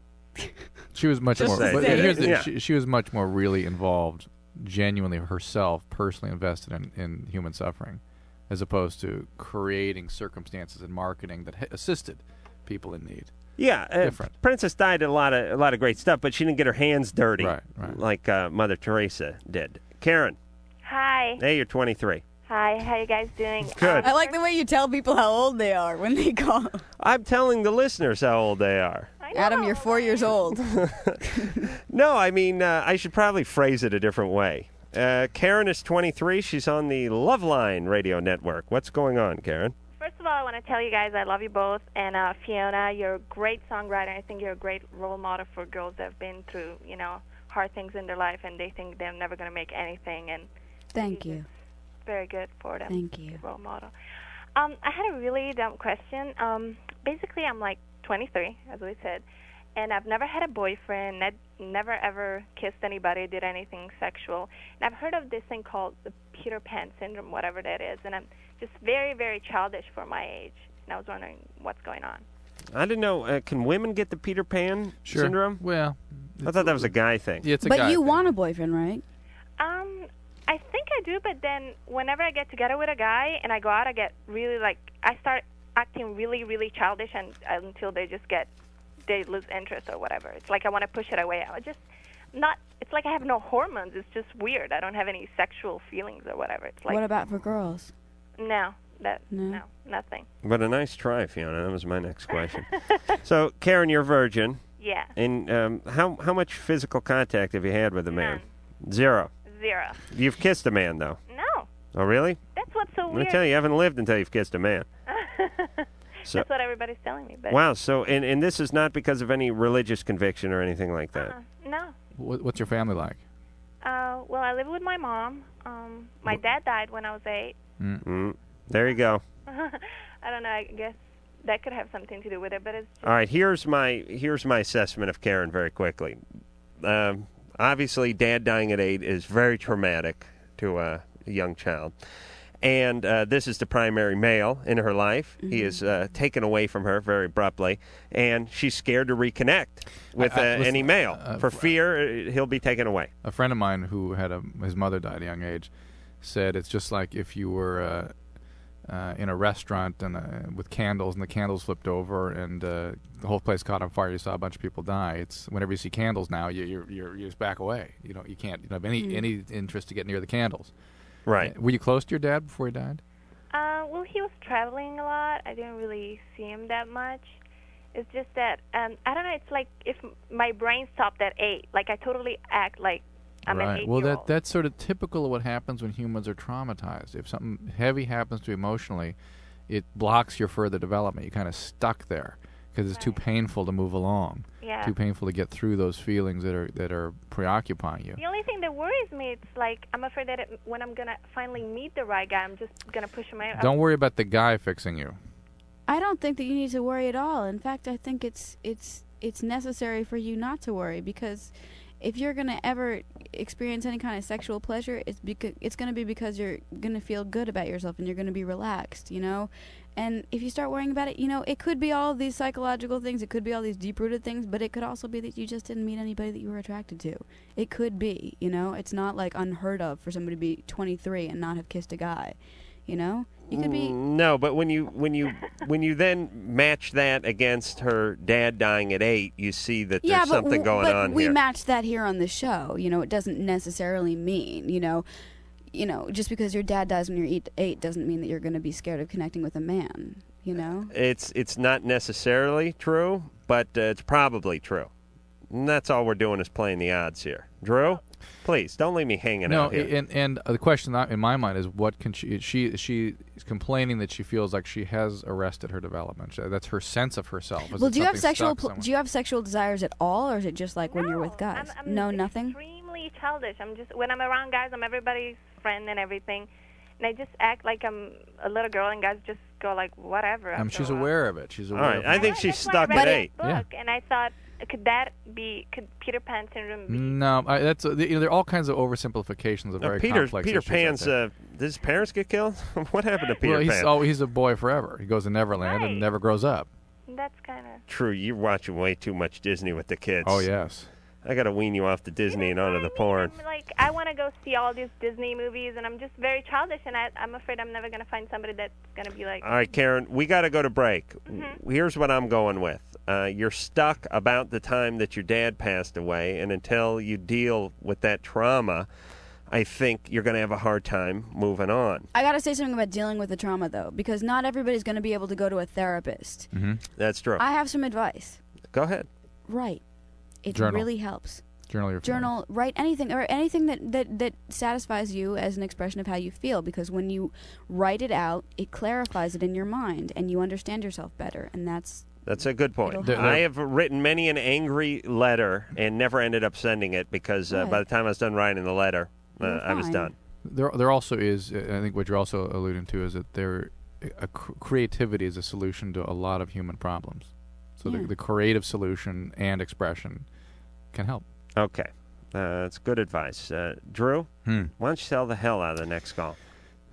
She was much Just more. say But it. here's the, Yeah. she, she was much more really involved, genuinely herself, personally invested in, in human suffering, as opposed to creating circumstances and marketing that h- assisted people in need. Yeah, uh, Different. Princess Di did a lot of a lot of great stuff, but she didn't get her hands dirty Right, right. like uh, Mother Teresa did. Karen, Hi. Hey, you're 23. Hi. How you guys doing? Good. I like the way you tell people how old they are when they call. I'm telling the listeners how old they are. Adam, you're four years old. No, I mean, uh, I should probably phrase it a different way. Uh, Karen is 23. She's on the Loveline Radio Network. What's going on, Karen? First of all, I want to tell you guys I love you both. And uh, Fiona, you're a great songwriter. I think you're a great role model for girls that have been through, you know, hard things in their life and they think they're never going to make anything. And Thank you. very good for them. Thank you. Role model. Um, I had a really dumb question. Um, basically, I'm like 23, as we said, and I've never had a boyfriend, ne- never ever kissed anybody, did anything sexual. And I've heard of this thing called the Peter Pan syndrome, whatever that is, and I'm just very, very childish for my age. And I was wondering what's going on. I didn't know. Uh, can women get the Peter Pan Sure. syndrome? Well, I thought that was a guy thing. Yeah, it's a but guy you thing. want a boyfriend, right? Um, I think I do, but then whenever I get together with a guy and I go out, I get really like I start acting really, really childish, and uh, until they just get they lose interest or whatever. It's like I want to push it away. I just not. It's like I have no hormones. It's just weird. I don't have any sexual feelings or whatever. It's like what about for girls? no, that No. no, nothing. But a nice try, Fiona. That was my next question. so, Karen, you're a virgin. Yeah. And um, how how much physical contact have you had with a man? Zero. Zero. You've kissed a man though. No. Oh, really? That's what's so Let weird. me tell you, you haven't lived until you've kissed a man. So- That's what everybody's telling me. But Wow. So, and, and this is not because of any religious conviction or anything like that. Uh-huh. no. What, what's your family like? Uh, well, I live with my mom. Um, my dad died when I was eight. Mm. There you go. I don't know. I guess that could have something to do with it, but it's All right. Here's my here's my assessment of Karen very quickly. Um, obviously, dad dying at eight is very traumatic to a young child, and uh, this is the primary male in her life. He Mm-hmm. is uh, taken away from her very abruptly, and she's scared to reconnect with I- I- uh, listen, any male uh, for fear uh, he'll be taken away. A friend of mine who had a, his mother died at a young age said it's just like if you were uh, uh, in a restaurant and uh, with candles and the candles flipped over and uh, the whole place caught on fire. You saw a bunch of people die. It's whenever you see candles now, you, you're, you're you just back away. You know you can't you don't have any Mm. any interest to get near the candles. Uh, Right. Were you close to your dad before he died? uh, well, he was traveling a lot. I didn't really see him that much. It's just that um, I don't know. It's like if m- my brain stopped at eight, like I totally act like I'm an right. eight Well, year that old. that's sort of typical of what happens when humans are traumatized. If something heavy happens to you emotionally, it blocks your further development. You're kind of stuck there because it's too painful to move along. Yeah. Too painful to get through those feelings that are that are preoccupying you. The only thing that worries me, it's like I'm afraid that it, when I'm gonna finally meet the right guy, I'm just gonna push him out. Don't worry about the guy fixing you. I don't think that you need to worry at all. In fact, I think it's it's it's necessary for you not to worry because if you're gonna ever experience any kind of sexual pleasure, it's because it's gonna be because you're gonna feel good about yourself and you're gonna be relaxed, you know. And if you start worrying about it, you know, it could be all these psychological things, it could be all these deep-rooted things, but it could also be that you just didn't meet anybody that you were attracted to. It could be, you know. It's not like unheard of for somebody to be 23 and not have kissed a guy, you know. You could be Mm, No, but when you when you when you then match that against her dad dying at eight, you see that there's something w- going but on we here. match that here on the show. You know, it doesn't necessarily mean you know, you know, just because your dad dies when you're eight, eight doesn't mean that you're going to be scared of connecting with a man. You Uh, know, it's it's not necessarily true, but uh, it's probably true. And that's all we're doing is playing the odds here. Drew, please don't leave me hanging no, out here. and and the question that- in my mind is what can she she she is complaining that she feels like she has arrested her development. She- That's her sense of herself. Is well, that do you have something sexual stuck pl- somewhere? do you have sexual desires at all, or is it just like when you're with guys? I'm no, nothing. extremely childish. I'm just when I'm around guys, I'm everybody's friend and everything, and I just act like I'm a little girl, and guys just go like whatever. Um, she's aware of it. She's All aware. right, of I it. think she's stuck I at read eight. his book, and I thought, could that be? Could Peter Pan syndrome? Be? No, I, that's uh, you know there are all kinds of oversimplifications of Uh, very Peter complex Peter issues out Pan's there. uh, did his parents get killed? what happened to Peter well, he's Pan? oh, he's a boy forever. He goes to Neverland and never grows up. That's kind of. True, you're watching way too much Disney with the kids. Oh, yes. I got to wean you off the Disney and onto the porn. I'm like I want to go see all these Disney movies, and I'm just very childish, and I, I'm afraid I'm never gonna find somebody that's gonna be like. All right, Karen, we got to go to break. Mm-hmm. Mhm. Here's what I'm going with. Uh, you're stuck about the time that your dad passed away, and until you deal with that trauma, I think you're going to have a hard time moving on. I gotta say something about dealing with the trauma though, because not everybody's gonna be able to go to a therapist. Mm-hmm. That's true. I have some advice. Go ahead. Right. It Journal. really helps. Journal your Journal, write anything or anything that, that, that satisfies you as an expression of how you feel because when you write it out, it clarifies it in your mind and you understand yourself better. And that's That's a good point. It'll help. I have written many an angry letter and never ended up sending it because uh, Good. by the time I was done writing the letter, uh, You're I was fine. done. There, there also is. uh, I think what you're also alluding to is that there, a, cr- creativity is a solution to a lot of human problems. So Yeah. the, the creative solution and expression can help. Okay. Uh, that's good advice. Uh, Drew, Hmm. why don't you sell the hell out of the next call?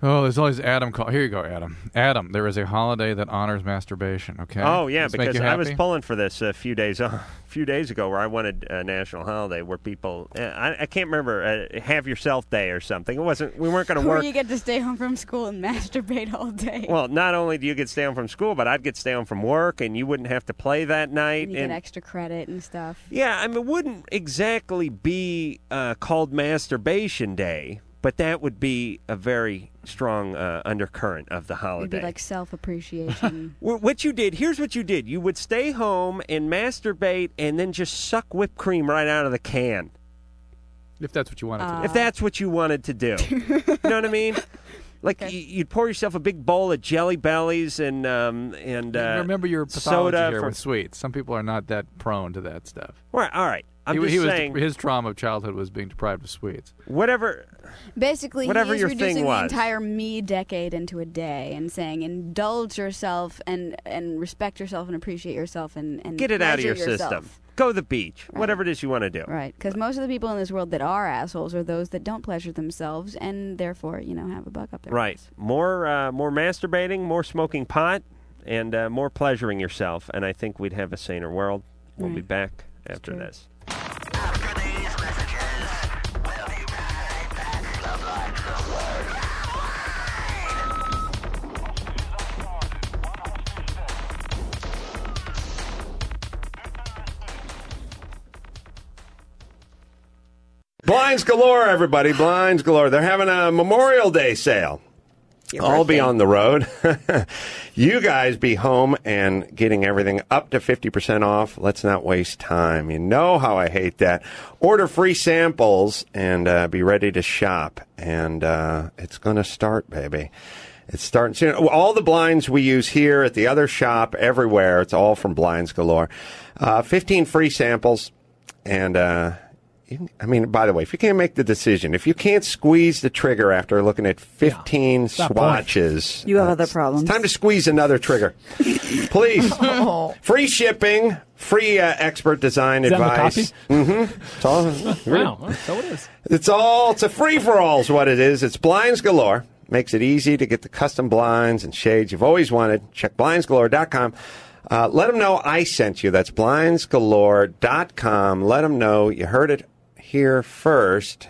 Oh, there's always Adam. Call here you go, Adam. Adam, there is a holiday that honors masturbation. Okay. Oh yeah, Does this make because you I was happy? pulling for this a few days a few days ago, where I wanted a national holiday where people uh, I, I can't remember uh, have yourself day or something. It wasn't we weren't going to where work. you get to stay home from school and masturbate all day. Well, not only do you get stay home from school, but I'd get stay home from work, and you wouldn't have to play that night. and you and- get extra credit and stuff. yeah, I mean, it wouldn't exactly be uh, called masturbation day, but that would be a very strong uh, undercurrent of the It'd be holiday. like self appreciation. Wh- What you did, here's what you did. You would stay home and masturbate and then just suck whipped cream right out of the can. If that's what you wanted to do. If that's what you wanted to do. you know what I mean? Like y you'd pour yourself a big bowl of jelly bellies and um and uh, remember your pathology soda here from- with sweets. Some people are not that prone to that stuff. Well, all right. I'm he, just he was saying- his trauma of childhood was being deprived of sweets. whatever Basically, Whatever he's your thing reducing was. the entire me decade into a day and saying indulge yourself and and respect yourself and appreciate yourself and, and get it out of your pleasure yourself. system. Go to the beach. Whatever it is you want to do. Right, because most of the people in this world that are assholes are those that don't pleasure themselves and therefore, you know, have a bug up their. Right. More uh, more masturbating, more smoking pot, and uh, more pleasuring yourself. And I think we'd have a saner world. We'll be Right. back after this. Blinds galore, everybody. Blinds galore. They're having a Memorial Day sale. I'll be on the road. you guys be home and getting everything up to 50% off. Let's not waste time. You know how I hate that. Order free samples and uh, be ready to shop. And uh, it's going to start, baby. It's starting soon. All the blinds we use here at the other shop, everywhere, it's all from Blinds Galore. Uh, 15 free samples. And uh, you can- I mean, by the way, if you can't make the decision, if you can't squeeze the trigger after looking at 15 that point. swatches, uh, You have other problems. it's time to squeeze another trigger. Please. free shipping, free uh, expert design Oh. Is that in the advice. Mm-hmm. It's all, Wow, so it is. It's all, it's a free for all, is what it is. It's Blinds Galore. Makes it easy to get the custom blinds and shades you've always wanted. Check blindsgalore.com. Uh, let them know I sent you. That's blindsgalore.com. Let them know you heard it here first.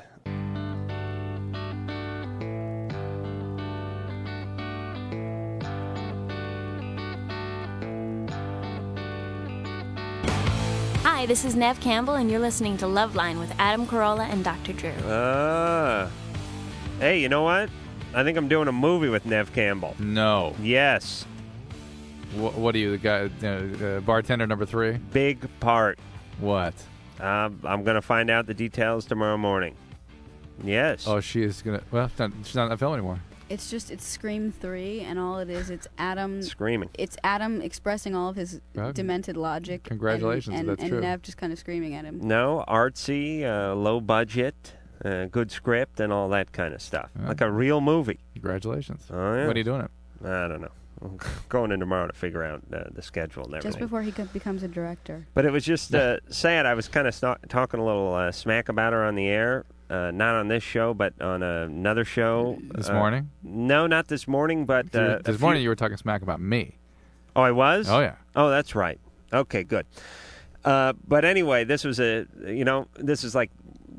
Hi, this is Nev Campbell, and you're listening to Loveline with Adam Carolla and Dr. Drew. Ah. hey, you know what? I think I'm doing a movie with Nev Campbell. No. Yes. What, what are you, the guy, uh, uh, bartender number three? Big part. What? Um, I'm going to find out the details tomorrow morning. Yes. Oh, she is gonna. Well, it's not, she's not in that film anymore. It's just it's Scream Three, and all it is it's Adam Screaming. It's Adam expressing all of his Okay. demented logic. and- Congratulations, if and, that's and true. Nev just kind of screaming at him. No, artsy, uh, low budget, uh, good script, and all that kind of stuff. Like a real movie. Congratulations. Oh, yeah. When are you doing it? I don't know. I'm going in tomorrow to figure out uh, the schedule and everything. Just before he co- becomes a director. But it was just uh, sad. I was kind of sta- talking a little uh, smack about her on the air, uh, not on this show, but on another show This uh, morning? No, not this morning, but uh, this a morning few- you were talking smack about me. Oh, I was. Oh, yeah. Oh, that's right. Okay, good. Uh, but anyway, this was a you know this is like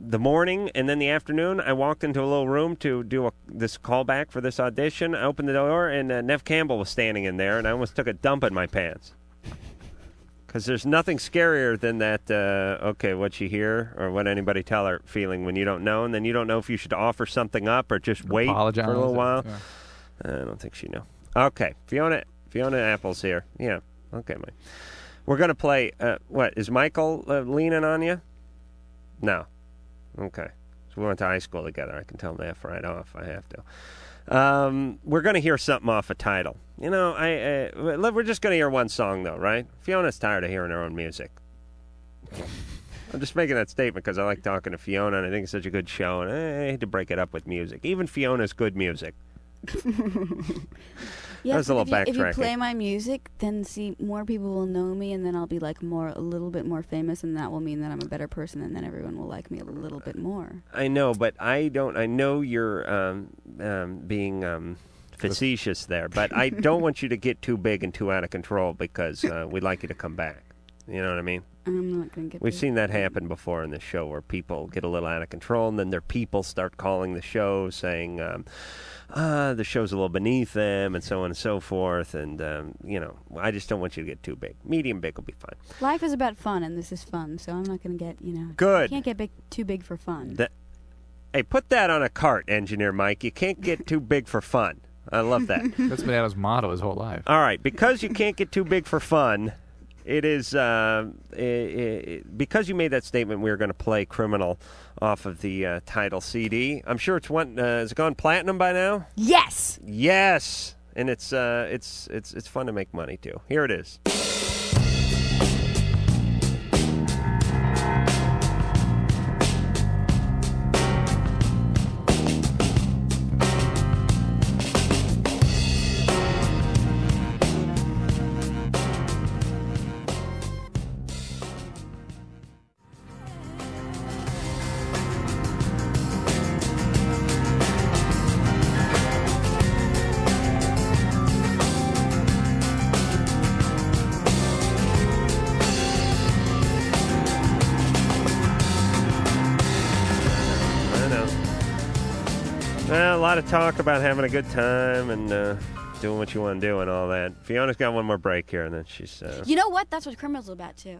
the morning and then the afternoon. I walked into a little room to do a, this callback for this audition. I opened the door and uh, Nev Campbell was standing in there, and I almost took a dump in my pants. Because there's nothing scarier than that, uh, okay, what she hear or what anybody tell her feeling when you don't know, and then you don't know if you should offer something up or just wait for a apologize, little while. yeah. Uh, I don't think she knew. Okay, Fiona, Fiona Apple's here. Yeah, okay, Mike. We're going to play, uh, what, is Michael uh, leaning on you? No. Okay. So we went to high school together. I can tell them that right off. I have to. Um, we're going to hear something off a title. You know, I, I we're just going to hear one song though, right? Fiona's tired of hearing her own music. I'm just making that statement because I like talking to Fiona, and I think it's such a good show, and I hate to break it up with music. Even Fiona's good music. Yeah, That was a but little if you, if you backtracking. play my music, then see more people will know me, and then I'll be like more a little bit more famous, and that will mean that I'm a better person, and then everyone will like me a little bit more. I know, but I don't. I know you're um, um, being um, facetious there, but I don't want you to get too big and too out of control because uh, we'd like you to come back. You know what I mean? I'm not gonna get. We've seen that happen before in the show where people get a little out of control, and then their people start calling the show saying um, uh, the show's a little beneath them, and so on and so forth. And um, you know, I just don't want you to get too big. Medium big will be fine. Life is about fun, and this is fun, so I'm not gonna get you know. Good. Can't get big, too big for fun. That, hey, put that on a cart, engineer Mike. You can't get too big for fun. I love that. That's been Adam's motto his whole life. All right, because you can't get too big for fun, it is uh, i i because you made that statement. We are going to play "Criminal" off of the uh, title CD. I'm sure it's one. Uh, has it gone platinum by now? Yes. Yes, and it's uh, it's it's it's fun to make money too. Here it is. I know. Well, a lot of talk about having a good time and uh, doing what you want to do and all that. Fiona's got one more break here, and then she's. Uh, You know what? That's what criminals are about too.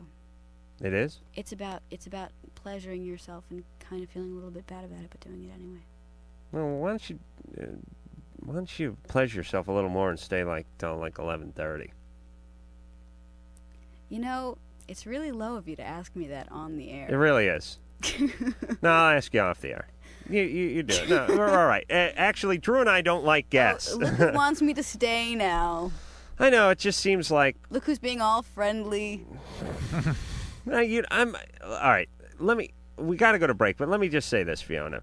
it is. It's about it's about pleasuring yourself and kind of feeling a little bit bad about it, but doing it anyway. Well, why don't you, uh, why don't you pleasure yourself a little more and stay like till like eleven thirty? You know, it's really low of you to ask me that on the air. It really is. no, I'll ask you off the air. You you, you do it. No, we're all right. Uh, actually, Drew and I don't like guests. Look who wants me to stay now. I know it just seems like Look who's being all friendly. No, you, I'm all right. Let me. We got to go to break, but let me just say this, Fiona.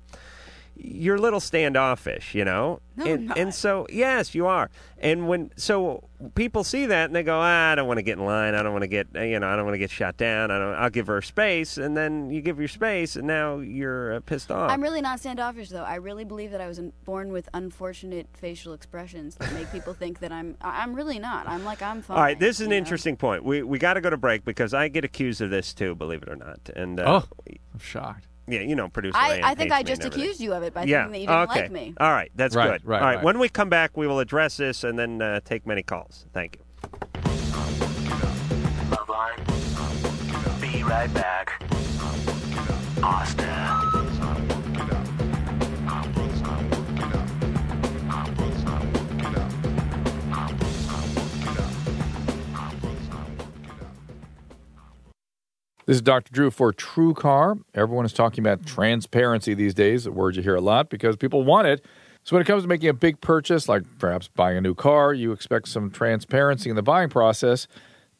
You're a little standoffish, you know. No, and, I'm not. and so yes, you are. And when so people see that and they go, ah, I don't want to get in line. I don't want to get you know. I don't want to get shot down. I don't. I'll give her space, and then you give your space, and now you're uh, pissed off. I'm really not standoffish though. I really believe that I was un- born with unfortunate facial expressions that make people think that I'm. I- I'm really not. I'm like I'm fine. All right, this is an you know? interesting point. We we got to go to break because I get accused of this too, believe it or not. And uh, Oh, I'm shocked. yeah, you know, producer. I, Ann I hates think I me just and everything. accused you of it by yeah. thinking that you didn't okay. like me. All right, that's Right, good. right, All right, right. when we come back, we will address this and then uh, take many calls. Thank you. Loveline. Be right back. Austin. This is Dr. Drew for True Car. Everyone is talking about transparency these days, a word you hear a lot because people want it. So when it comes to making a big purchase, like perhaps buying a new car, you expect some transparency in the buying process.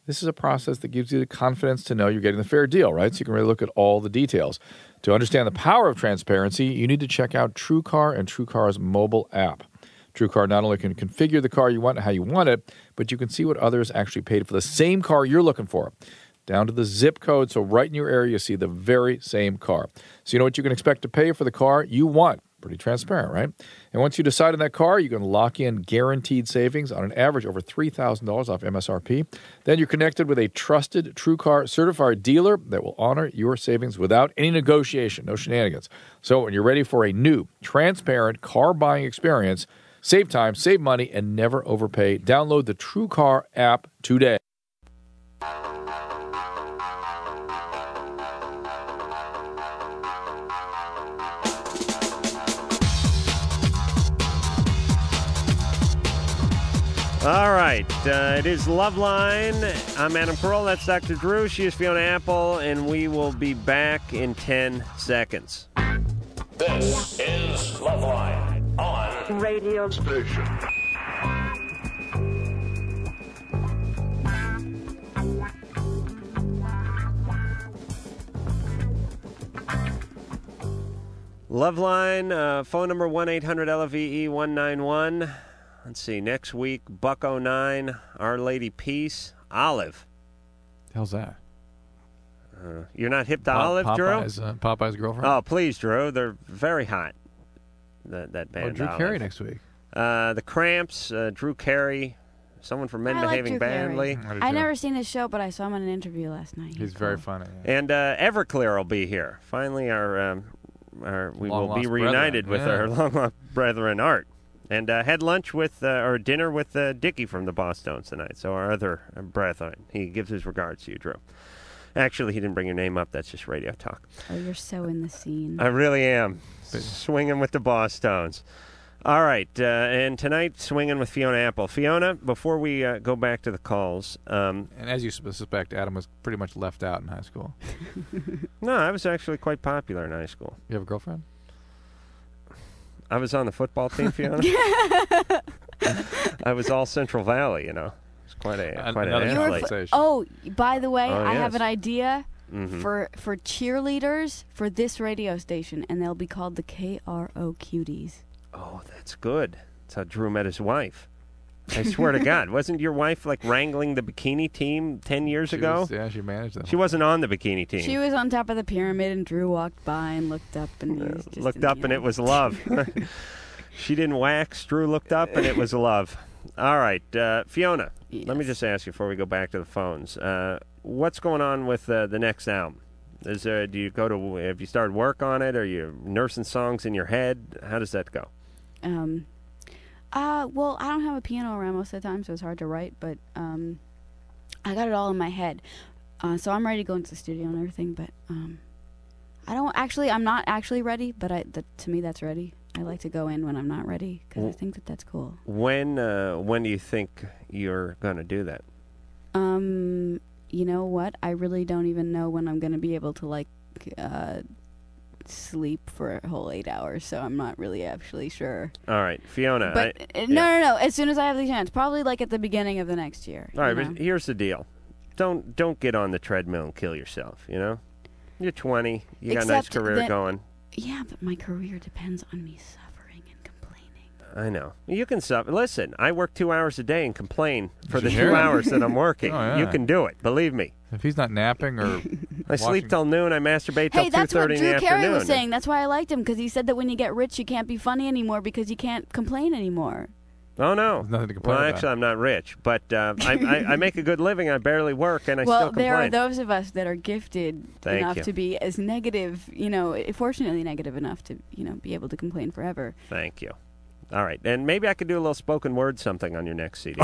This is a process that gives you the confidence to know you're getting the fair deal, right? So you can really look at all the details. To understand the power of transparency, you need to check out True Car and True Car's mobile app. TrueCar not only can configure the car you want and how you want it, but you can see what others actually paid for the same car you're looking for, down to the zip code. So right in your area, you see the very same car. So you know what you can expect to pay for the car you want. Pretty transparent, right? And once you decide on that car, you can lock in guaranteed savings on an average over $3,000 off MSRP. Then you're connected with a trusted TrueCar certified dealer that will honor your savings without any negotiation, no shenanigans. So when you're ready for a new, transparent car buying experience, Save time, save money, and never overpay. Download the TrueCar app today. All right, uh, it is Loveline. I'm Adam Carolla. That's Dr. Drew. She is Fiona Apple, and we will be back in 10 seconds. This is Loveline on radio station. Loveline, uh, phone number 1 800 LVE 191. Let's see, next week, Buck 09, Our Lady Peace, Olive. How's that? Uh, you're not hip to Pop- Olive, Popeye's, Drew? uh, Popeye's girlfriend? Oh, please, Drew. They're very hot. That that band. Oh, Drew Olive. Carey next week. Uh, the Cramps, uh, Drew Carey, someone from Men I like Behaving Drew Carey. Badly, I never seen this show, but I saw him on an interview last night. He's very funny. and uh, Everclear will be here. Finally, our, um, our we Long will be lost reunited brethren, with yeah. our long lost brethren Art, and uh, had lunch with uh, or dinner with uh, Dickie from the Boston's tonight. So our other uh, brethren, he gives his regards to you, Drew. Actually, he didn't bring your name up. That's just radio talk. Oh, you're so in the scene. I really am. Swinging with the boss stones. All right. Uh, and tonight, swinging with Fiona Apple. Fiona, before we uh, go back to the calls. Um, and as you suspect, Adam was pretty much left out in high school. no, I was actually quite popular in high school. You have a girlfriend? I was on the football team, Fiona. I was all Central Valley, you know. It's quite a, quite an another You were athlete. fl- oh, by the way, Oh, I have yes. an idea Mhm. for for cheerleaders for this radio station, and they'll be called the KRO Cuties. Oh, that's good. That's how Drew met his wife. I swear to God, wasn't your wife like wrangling the bikini team 10 years She ago? was- yeah, she managed that. She wasn't on the bikini team. She was on top of the pyramid, and Drew walked by and looked up, and he was just looked up and it was love. she didn't wax. Drew looked up and it was love. All right, uh, Fiona. Let me just ask you before we go back to the phones. Uh, what's going on with uh, the next album? Is there, do you go to? Have you started work on it? Are you nursing songs in your head? How does that go? Um, uh, well, I don't have a piano around most of the time, so it's hard to write, but um, I got it all in my head. Uh, so I'm ready to go into the studio and everything, but um, I don't actually, I'm not actually ready, but I, that to me, that's ready. I like to go in when I'm not ready because I Well- think that that's cool. When uh, when do you think you're going to do that? Um, you know what? I really don't even know when I'm going to be able to, like, uh, sleep for a whole eight hours, so I'm not really actually sure. All right, Fiona. But I- uh, no, no, no. As soon as I have the chance, probably like at the beginning of the next year. All right, you know? but here's the deal. Don't don't get on the treadmill and kill yourself. You know, you're 20. You got a nice Except career that- going. yeah, but my career depends on me suffering. I know. You can suffer. Listen, I work two hours a day and complain for the Sure. two hours that I'm working. Oh, yeah. You can do it. Believe me. If he's not napping or I sleep till noon. I masturbate hey, till two that's what thirty in the Drew Carey afternoon. was saying. That's why I liked him because he said that when you get rich, you can't be funny anymore because you can't complain anymore. Oh no, nothing to complain Well, about. actually, I'm not rich, but uh, I, I, I make a good living. I barely work, and I well, still complain. there are those of us that are gifted Thank enough you. to be as negative, you know, fortunately negative enough to, you know, be able to complain forever. Thank you. All right, and maybe I could do a little spoken word something on your next CD.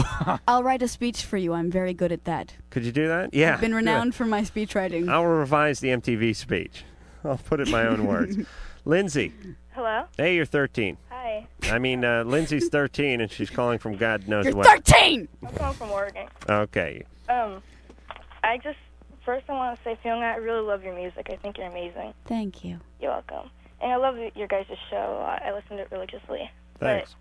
I'll write a speech for you. I'm very good at that. could you do that? Yeah. I've been do it. renowned for my speech writing. I'll revise the MTV speech. I'll put it in my own words. Lindsay, Hello? hey, you're 13. Hi. I mean, uh, Lindsay's 13, and she's calling from God knows You're what. 13! I'm calling from Oregon. Okay. Um, I just, first I want to say, Fiona, I really love your music. I think you're amazing. Thank you. You're welcome. And I love your guys' show. a lot. I listen to it religiously. Thanks.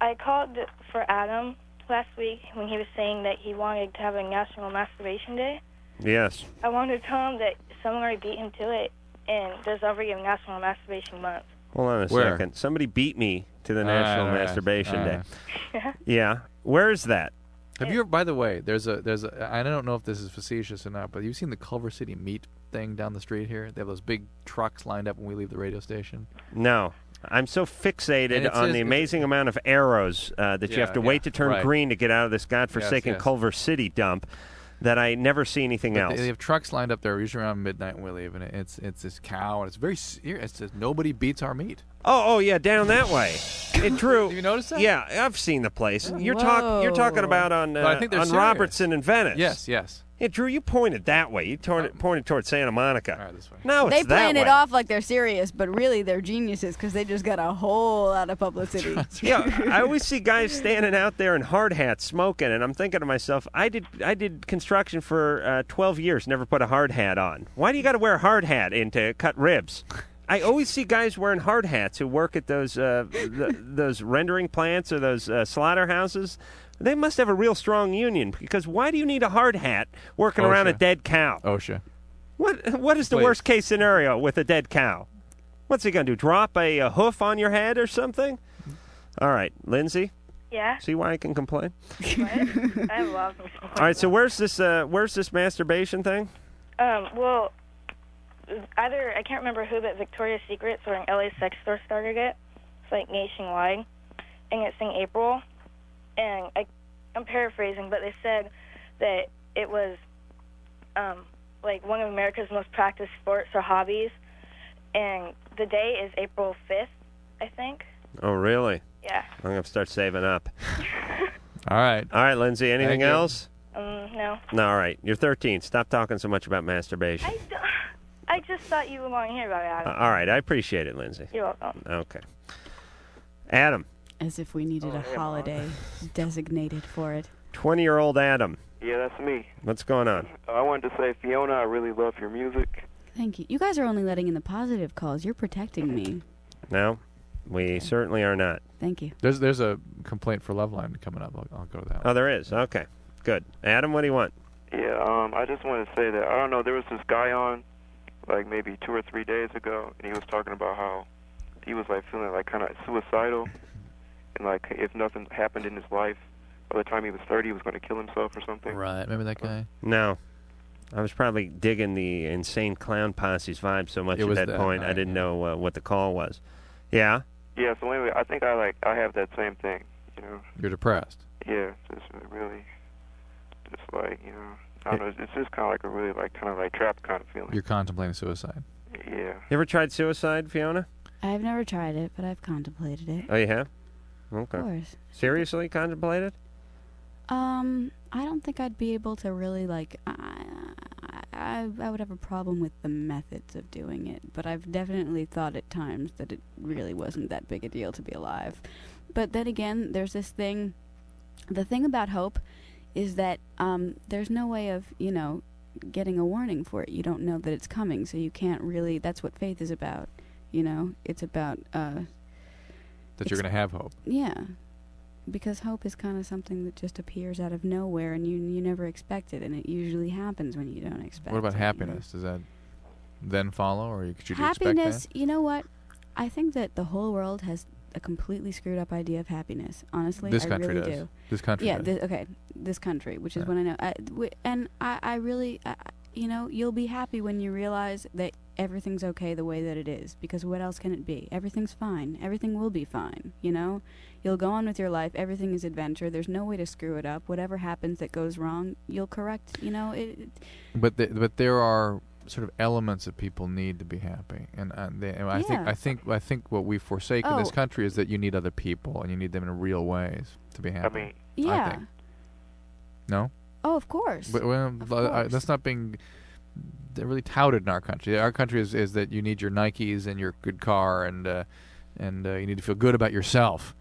I called for Adam last week when he was saying that he wanted to have a National Masturbation Day. Yes. I wanted to tell him that someone already beat him to it, and there's already a National Masturbation Month. Hold on a Where? second. Somebody beat me to the All right, National all right, Masturbation all Day. Yeah. Yeah. Where is that? Have you? By the way, there's a there's a. I don't know if this is facetious or not, but you've seen the Culver City meat thing down the street here. They have those big trucks lined up when we leave the radio station. No. I'm so And fixated it's on just- the amazing amount of arrows uh, that you Yeah, have to wait yeah, to turn right. green to get out of this godforsaken yes. Culver City dump that I never see anything But else. They, they have trucks lined up there usually around midnight when we leave, and it's it's this cow, and it's very serious. It says nobody beats our meat. Oh, oh yeah, down that way. It Drew. you notice that? Yeah, I've seen the place. You're talk. You're talking about on uh, But I think they're on serious. Robertson and Venice. Yes, yes. Uh, Yeah, Drew, you pointed that way. You torn pointed towards Santa Monica. No, it's they that playing way. it off like they're serious, but really they're geniuses because they just got a whole lot of publicity. Yeah, I always see guys standing out there in hard hats smoking, and I'm thinking to myself, I did I did construction for uh, 12 years, never put a hard hat on. Why do you got to wear a hard hat in to cut ribs? I always see guys wearing hard hats who work at those uh, th- those rendering plants or those uh, slaughterhouses. They must have a real strong union because why do you need a hard hat working around a OSHA. dead cow? OSHA. What what is the Please. worst case scenario with a dead cow? What's he gonna do? Drop a, uh hoof on your head or something? All right, Lindsay. Yeah. See why I can complain. What? I love. All right, so where's this uh, where's this masturbation thing? Um, well, either I can't remember who, but Victoria's Secret or an LA sex store started it. It's like nationwide, and it's in April. And I, I'm paraphrasing, but they said that it was um, like one of America's most practiced sports or hobbies. And the day is April 5th, I think. Oh really? Yeah. I'm gonna start saving up. All right. All right, Lindsay. Anything Thank you. else? Um, no. No. All right. You're 13. Stop talking so much about masturbation. I, d- I just thought you would want to hear about it. Uh, Adam. all right. I appreciate it, Lindsay. You're welcome. Okay. Adam, As if we needed a holiday designated for it. 20 year old Adam. Yeah, that's me. What's going on? I wanted to say, Fiona, I really love your music. Thank you. You guys are only letting in the positive calls. You're protecting me. No, we certainly are not. Thank you. There's there's a complaint for Loveline coming up. I'll, I'll go to that. Oh, there is. Okay, good. Adam, what do you want? Yeah, um, I just wanted to say that I don't know. There was this guy on, like maybe two or three days ago, and he was talking about how he was like feeling like kind of suicidal, and like if nothing happened in his life, by the time he was 30, he was going to kill himself or something. Right. Remember that guy? No, I was probably digging the insane clown posse's vibe so much It at was that, that point, I night, didn't know uh, what the call was. Yeah. Yeah. So anyway, I think I like I have that same thing. You know. You're depressed. Yeah. Just really, just like you know. I don't know, it's just kind of like a really like kind of like trap kind of feeling. You're contemplating suicide. Yeah. You ever tried suicide, Fiona? I've never tried it, but I've contemplated it. Oh, you have. Okay. Of course. Seriously contemplated? Um, I don't think I'd be able to really like. I, I, I would have a problem with the methods of doing it, but I've definitely thought at times that it really wasn't that big a deal to be alive. But then again, there's this thing. The thing about hope is that um, there's no way of you know getting a warning for it. You don't know that it's coming, so you can't really. That's what faith is about. You know, it's about uh, That you're It's- going to have hope. yeah. Because hope is kind of something that just appears out of nowhere and you you never expect it and it usually happens when you don't expect What about it. happiness? Does that then follow, or could you happiness, expect you know what? I think that the whole world has a completely screwed up idea of happiness. Honestly, This I country really does. do. This country Yeah. does. thi- okay. This country, which is what I know, I, w- and I, I really, I, I- you know, you'll be happy when you realize that everything's okay the way that it is. Because what else can it be? Everything's fine. Everything will be fine. You know, you'll go on with your life. Everything is adventure. There's no way to screw it up. Whatever happens that goes wrong, you'll correct. You know, it, it- that? But the, but there are sort of elements that people need to be happy, and, uh, they, and I think Yeah. I think I think what we forsake in this Oh. country is that you need other people and you need them in real ways to be happy. mean- yeah. think. No. Oh, of course. But well, but I- that's not being they're really touted in our country. Our country is, is that you need your Nikes and your good car, and uh, and uh, you need to feel good about yourself,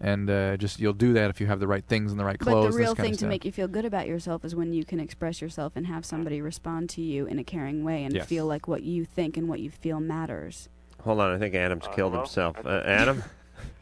and uh, just you'll do that if you have the right things and the right clothes. But the real and this thing kind to make you feel good about yourself is when you can express yourself and have somebody respond to you in a caring way and Yes. feel like what you think and what you feel matters. Hold on, I think Adam's killed hello? himself. Uh, Adam,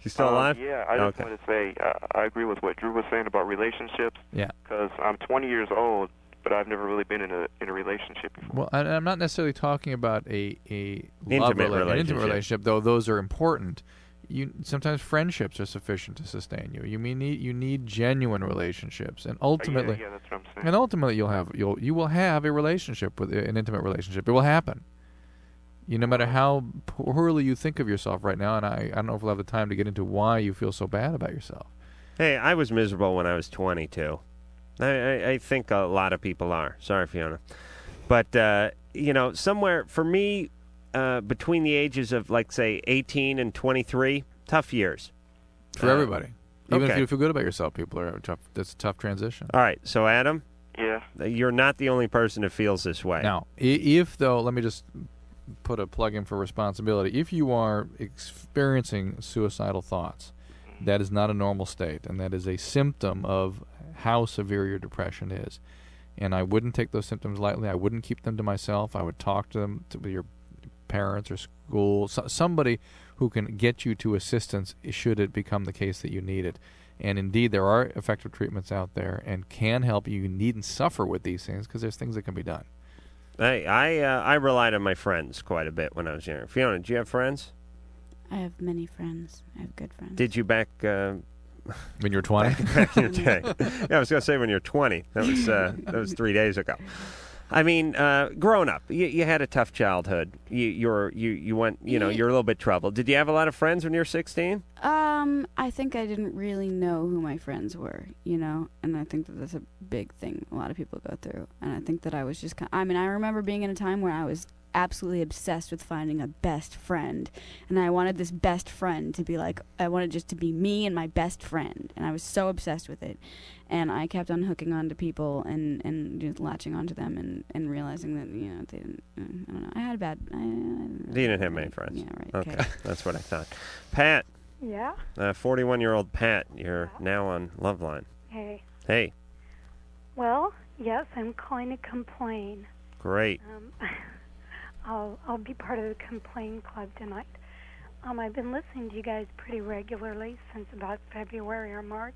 you still Um, alive? Yeah, I just okay. wanted to say uh, I, I agree with what Drew was saying about relationships. Yeah. Because I'm 20 years old, but I've never really been in a in a relationship before. Well, and I'm not necessarily talking about a a love Intimate rela- an intimate relationship. relationship, though those are important. You sometimes friendships are sufficient to sustain you. You mean need you need genuine relationships, and ultimately, Oh, yeah, that's what I'm saying. and ultimately you'll have you'll you will have a relationship with uh, an intimate relationship. It will happen. You no matter how poorly you think of yourself right now, and I I don't know if we'll have the time to get into why you feel so bad about yourself. Hey, I was miserable when I was 22. I, I, I think a lot of people are. Sorry, Fiona. But, uh, you know, somewhere, for me, uh, between the ages of like say 18 and 23, tough years for Uh, everybody. Even if okay. you feel good about yourself, people are tough. That's a tough transition. All right, so Adam, Uh, yeah, you're not the only person who feels this way. Now, i- if though, let me just put a plug in for responsibility. If you are experiencing suicidal thoughts, that is not a normal state, and that is a symptom of how severe your depression is. And I wouldn't take those symptoms lightly. I wouldn't keep them to myself. I would talk to them to your parents or school, so, somebody who can get you to assistance should it become the case that you need it. And indeed, there are effective treatments out there and can help you. You needn't suffer with these things because there's things that can be done. I I, uh, I relied on my friends quite a bit when I was younger. Fiona, do you have friends? I have many friends. I have good friends. Did you back uh, when you were twenty? back in your day. yeah, I was gonna say when you were twenty. That was uh, that was three days ago. I mean, uh, grown up, you, you had a tough childhood. You you're you you went you know you're a little bit troubled. Did you have a lot of friends when you were sixteen? Um, I think I didn't really know who my friends were, you know, and I think that that's a big thing a lot of people go through. And I think that I was just kind I mean, I remember being in a time where I was absolutely obsessed with finding a best friend, and I wanted this best friend to be like I wanted just to be me and my best friend, and I was so obsessed with it. And I kept on hooking on to people and and just latching onto them and and realizing that you know they didn't. uh, I don't know. I had a bad. I, I didn't You really- didn't have many friends. Yeah, right. Okay, that's what I thought. Pat, Uh, Yeah. forty-one-year-old Pat, you're now on Loveline. Hey. Hey, Well, yes, I'm calling to complain. great. Um, I'll I'll be part of the complain club tonight. Um, I've been listening to you guys pretty regularly since about February or March.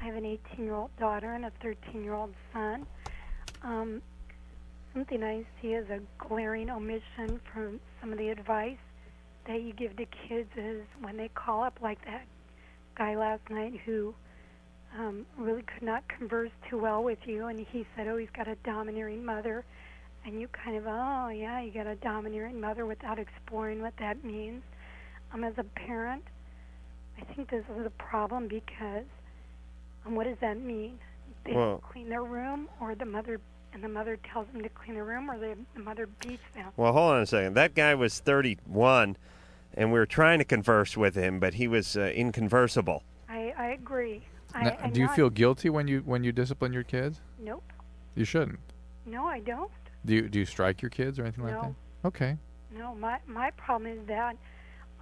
I have an 18-year-old daughter and a 13-year-old son. Um, something I see is a glaring omission from some of the advice that you give to kids is when they call up like that guy last night who um, really could not converse too well with you, and he said, "Oh, he's got a domineering mother," and you kind of, "Oh, yeah, you got a domineering mother," without exploring what that means. Um, as a parent, I think this is a problem because, um, what does that mean? They Well- clean their room, or the mother and the mother tells them to clean their room, or the, the mother beats them. Well, hold on a second. That guy was 31, and we were trying to converse with him, but he was uh, inconversable. I I agree. I, Now, I'm do you not- feel guilty when you when you discipline your kids? Nope. You shouldn't. No, I don't. Do you do you strike your kids or anything like No. that? Okay. No, my my problem is that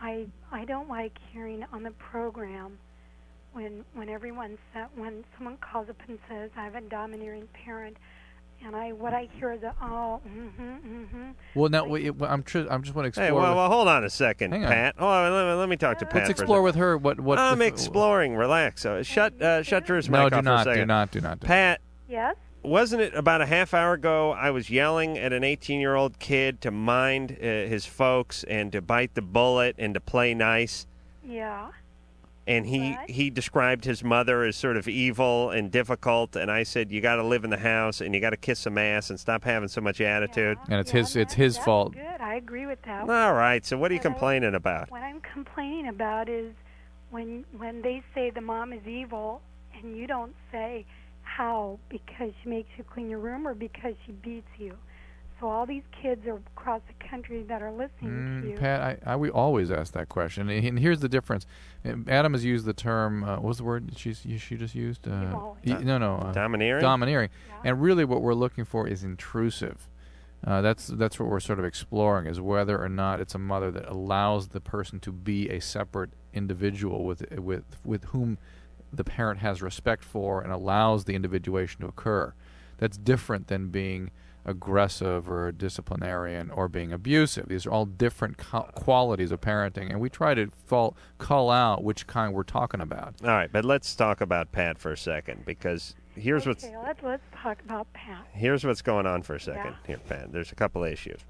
I I don't like hearing on the program when when everyone sa when someone calls up and says I have a domineering parent, and I what I hear is a, oh mm-hmm mm-hmm. Well, now wait, wait, I'm tr- I'm just want to explore. Hey, well, with- well, hold on a second, Hang on. Pat. Oh, let me, let me talk to Pat. Let's for a explore sec- with her what what. I'm the f- exploring. Relax. Uh, shut uh, shut Drew's No, mic do off not, for do a second. not, do not, do not. Pat, Yes. wasn't it about a half hour ago I was yelling at an 18 year old kid to mind uh, his folks and to bite the bullet and to play nice? Yeah. And he, he described his mother as sort of evil and difficult. And I said, You got to live in the house and you got to kiss some ass and stop having so much attitude. And it's his it's his fault. Good. I agree with that. All right. So, what are you But I- complaining about? What I'm complaining about is when when they say the mom is evil and you don't say how because she makes you clean your room or because she beats you. So all these kids are across the country that are listening to you. Mm, Pat, I, I we always ask that question, and, and here's the difference. Um, Adam has used the term. Uh, what was the word she's you- she just used? Uh, Evil. y- no, no. Uh, Domineering? Domineering. And really, what we're looking for is intrusive. Uh, that's that's what we're sort of exploring is whether or not it's a mother that allows the person to be a separate individual with with with whom the parent has respect for and allows the individuation to occur. That's different than being aggressive or disciplinarian or being abusive. These are all different co- qualities of parenting, and we try to fall, call out which kind we're talking about. All right. But let's talk about Pat for a second because here's what's. Okay, let's let's talk about Pat. here's what's going on for a second here, Pat. There's a couple of issues.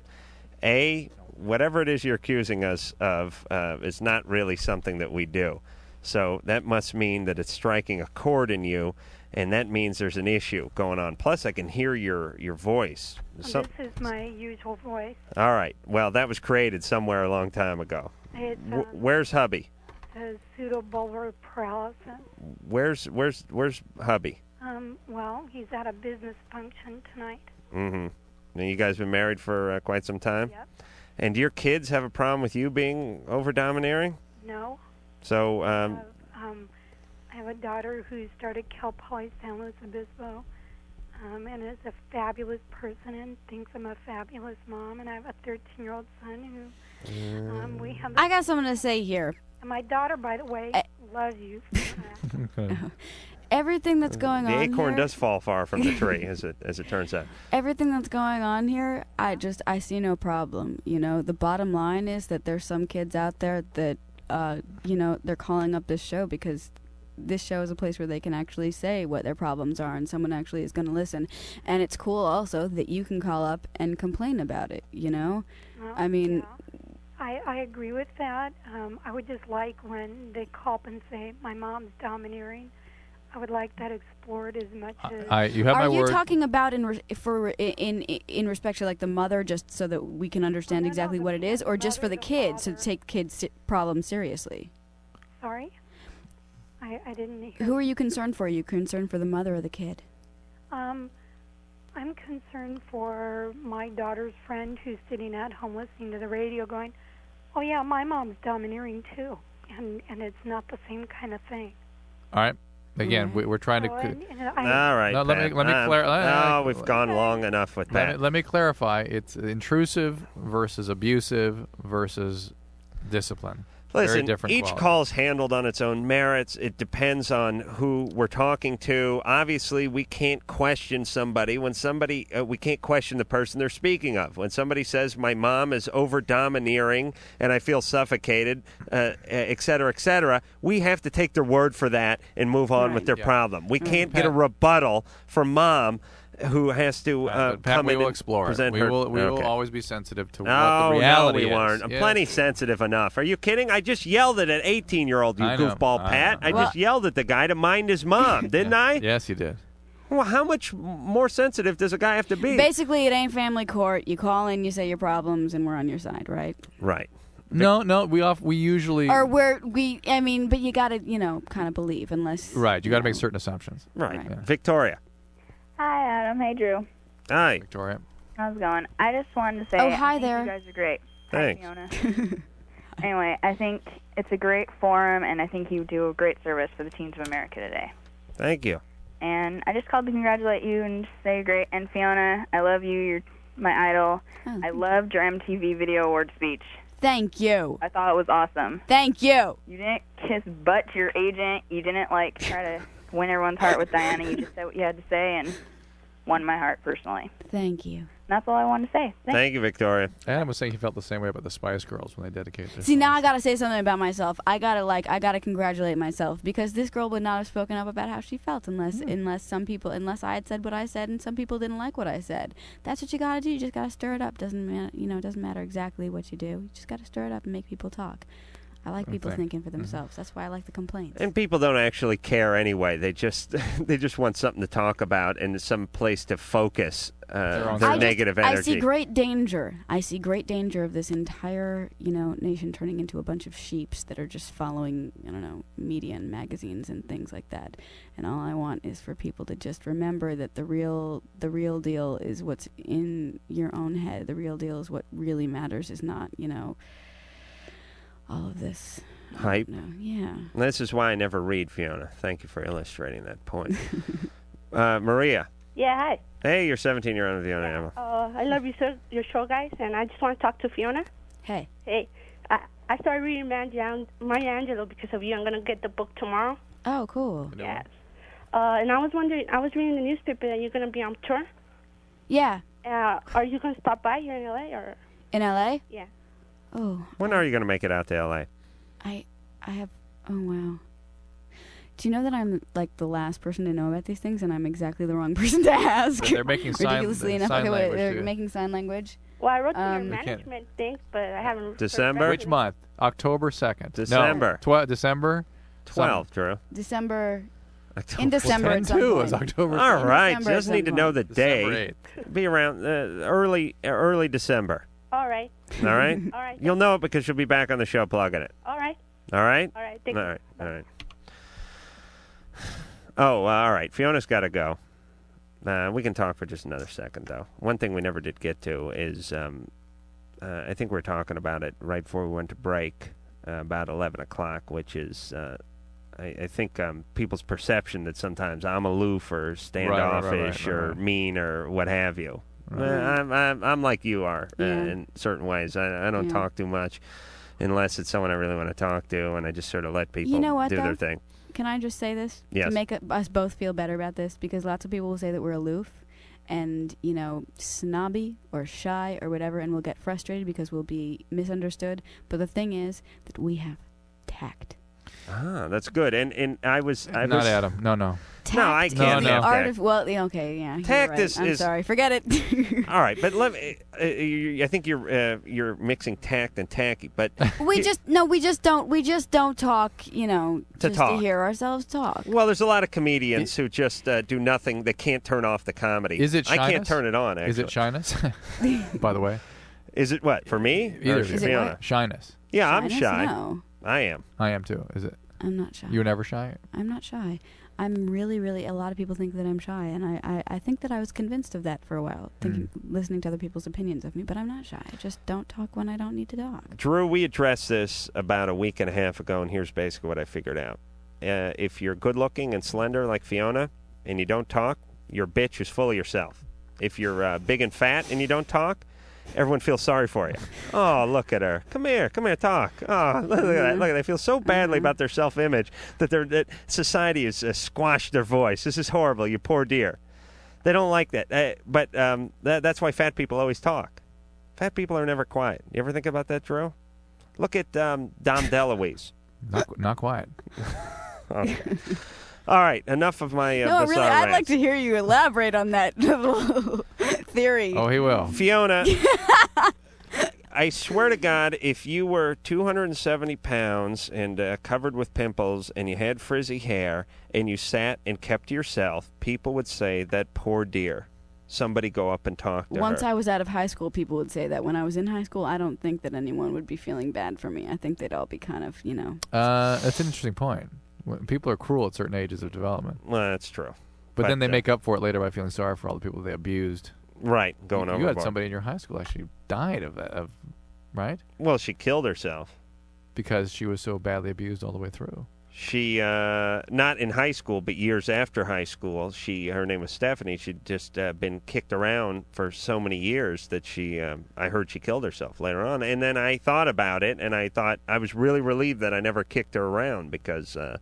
A, whatever it is you're accusing us of uh, is not really something that we do. So that must mean that it's striking a chord in you, and that means there's an issue going on. Plus, I can hear your your voice. Some- this is my usual voice. all right. Well, that was created somewhere a long time ago. It's Wh- um, where's hubby? the pseudobulbar paralysis. Where's where's where's hubby? Um, well, he's at a business function tonight. Mm-hmm. Now, you guys been married for uh, quite some time. Yep. And do your kids have a problem with you being over domineering? No. So, um, Um, I have a daughter who started Cal Poly San Luis Obispo um, and is a fabulous person and thinks I'm a fabulous mom. And I have a 13 year old son who um, we have. I got something to say here. And my daughter, by the way, loves you. Everything that's going the on. acorn here- does fall far from the tree, as it as it turns out. everything that's going on here, I just I see no problem. You know, the bottom line is that there's some kids out there that uh, you know they're calling up this show because this show is a place where they can actually say what their problems are and someone actually is going to listen. And it's cool also that you can call up and complain about it. You know, Well, I mean, uh, I, I agree with that. Um, I would just like when they call up and say, my mom's domineering. I would like that explored as much as. I- you have are my you word. talking about in re- for in in respect to like the mother, just so that we can understand exactly what it is, or just for the kids to take kids' si- problems seriously? Sorry? I, I didn't hear. Who are you concerned for? Are you concerned for the mother or the kid? Um, I'm concerned for my daughter's friend who's sitting at home listening to the radio going, oh, yeah, my mom's domineering too. And, and it's not the same kind of thing. All right. Again, we, we're trying to. Oh, and- and I- All right. No, let me Pat. let me Uh, clar- no, we've gone long enough with Let that. me, let me clarify. It's intrusive versus abusive versus discipline. Very Listen, different. each qualities. call's handled on its own merits. It depends on who we're talking to. Obviously, we can't question somebody when somebody uh, we can't question the person they're speaking of. When somebody says my mom is over domineering and I feel suffocated, uh, et cetera, et cetera, we have to take their word for that and move on with their problem. We Mm-hmm. can't get a rebuttal from mom who has to uh, Pat, come we in will and explore it. present We her- will we will Okay. always be sensitive to Oh, what the reality no, we is. weren't. I'm Yeah. plenty sensitive enough. Are you kidding? I just yelled at an 18 year old, you I know, goofball I Pat. know. I just Well- yelled at the guy to mind his mom, didn't I? Yes, you did. Well, how much m- more sensitive does a guy have to be? Basically, it ain't family court. You call in, you say your problems, and we're on your side, right? right. No, no. We off. We usually. Or we're we. I mean, but you gotta, you know, kind of believe, unless right. You got to make certain assumptions. Right. Victoria. Hi, Adam. Hey, Drew. Hi. Victoria. How's it going? I just wanted to say, Oh, I hi think there. You guys are great. Thanks. Fiona. anyway, I think it's a great forum, and I think you do a great service for the teens of America today. Thank you. And I just called to congratulate you and just say you're great. And Fiona, I love you. You're my idol. I loved your MTV Video Award speech. Oh, Thank you. I thought it was awesome. Thank you. You didn't kiss butt to your agent. You didn't like try to win everyone's heart with Diana. You just said what you had to say and won my heart personally. Thank you. That's all I wanted to say. Thanks. you, Victoria. Adam was saying he felt the same way about the Spice Girls when they dedicated. Their See, now I gotta say something about myself. I gotta like, I gotta congratulate myself because this girl would not have spoken up about how she felt unless, unless some people, unless I had said what I said and some people didn't like what I said. That's what you gotta do. You just gotta stir it up. Doesn't matter, you know, it doesn't matter exactly what you do. You just gotta stir it up and make people talk. I like Good people thing. thinking for themselves. That's why I like the complaints. And people don't actually care anyway. They just they just want something to talk about and some place to focus uh, I their just- negative energy. I see great danger. I see great danger of this entire, you know, nation turning into a bunch of sheeps that are just following, I don't know, media and magazines and things like that. And all I want is for people to just remember that the real the real deal is what's in your own head. The real deal is what really matters is not, you know, all of this. hype. yeah. This is why I never read Fiona. Thank you for illustrating that point. uh, Maria. Yeah, hi. Hey, you're 17 year old Fiona Emma. Uh, I love your show, your show, guys, and I just want to talk to Fiona. Hey. Hey, I, I started reading Maya, Maya Angelou because of you. I'm going to get the book tomorrow. Oh, cool. Yes. Uh, and I was wondering, I was reading the newspaper that you're going to be on tour. Yeah. Uh, are you going to stop by here in LA or? In LA? Yeah. Oh, When are you going to make it out to LA? I I have oh wow. Do you know that I'm like the last person to know about these things, and I'm exactly the wrong person to ask? They're making sign- ridiculously enough. sign okay, wait, language they're to- making sign language. Well, I wrote to Um, your We can't- management thing, but I haven't. heard December? back Which from month? October second. December. No, tw- December. 12, Drew. December. October in December. at some Two point. is October. All 2nd. right. December just at need to some know point. the day. Be around uh, early early December. All right. All right? All right. You'll know it because you'll be back on the show plugging it. All right. All right? All right, thank all you. right. All right. Oh, uh, all right. Fiona's got to go. Uh, we can talk for just another second, though. One thing we never did get to is um, uh, I think we were talking about it right before we went to break, uh, about 11 o'clock, which is, uh, I, I think, um, people's perception that sometimes I'm aloof or standoffish right, or right. mean or what have you. Right. Uh, I'm, I'm, I'm like you are uh, Yeah. in certain ways. I, I don't Yeah. talk too much unless it's someone I really want to talk to, and I just sort of let people know what, do though? their thing. Can I just say this Yes. to make u- us both feel better about this? Because lots of people will say that we're aloof and you know snobby or shy or whatever, and we'll get frustrated because we'll be misunderstood. But the thing is that we have tact. Ah, that's good. And and I was I Not was, Adam. No, no. No, I Tact can't is the have art that. of well, yeah, okay, yeah. you're Tact right. is- I'm is- sorry, forget it. All right, but let me. Uh, you, I think you're uh, you're mixing tact and tacky, but we just no, we just don't, we just don't talk. You know, To just talk. to hear ourselves talk. well, there's a lot of comedians who just uh, do nothing. They can't turn off the comedy. Is it shyness? I can't turn it on. Actually. Is it shyness? By the way, is it what for me? Either or of you. Fiona? Shyness. Yeah, I'm Shyness? shy. No. I am. I am too. Is it? I'm not shy. You were never shy. I'm not shy. I'm really, really. A lot of people think that I'm shy, and I, I, I think that I was convinced of that for a while, thinking, Mm. listening to other people's opinions of me. But I'm not shy. I just don't talk when I don't need to talk. Drew, we addressed this about a week and a half ago, and here's basically what I figured out. Uh, if you're good looking and slender like Fiona, and you don't talk, your bitch is full of yourself. If you're uh, big and fat and you don't talk, everyone feels sorry for you. Oh, look at her! Come here, come here, talk. Oh, look at that! Look, at that. they feel so badly about their self-image that their that society has uh, squashed their voice. This is horrible. You poor dear. They don't like that. Uh, but um, that, that's why fat people always talk. Fat people are never quiet. You ever think about that, Drew? Look at um, Dom DeLuise. Not, not quiet. Okay. All right, enough of my uh, no, bizarre really, I'd rant. like to hear you elaborate on that little theory. Oh, Oh, will. Fiona, I swear to God, if you were 270 pounds and uh, covered with pimples and you had frizzy hair and you sat and kept to yourself, people would say, that poor dear. Somebody go up and talk to Once her. I was out of high school, people would say that. When I was in high school, I don't think that anyone would be feeling bad for me. I think they'd all be kind of, you know. Uh, that's an interesting point. When people are cruel at certain ages of development. Well, that's true. But, But, then they uh, make up for it later by feeling sorry for all the people they abused. Right, going you, You had overboard. somebody in your high school actually died of that, of, right? Well, she killed herself. Because she was so badly abused all the way through. She uh, not in high school, but years after high school, she her name was Stephanie. She'd just uh, been kicked around for so many years that she um, I heard she killed herself later on. And then I thought about it, and I thought I was really relieved that I never kicked her around because uh,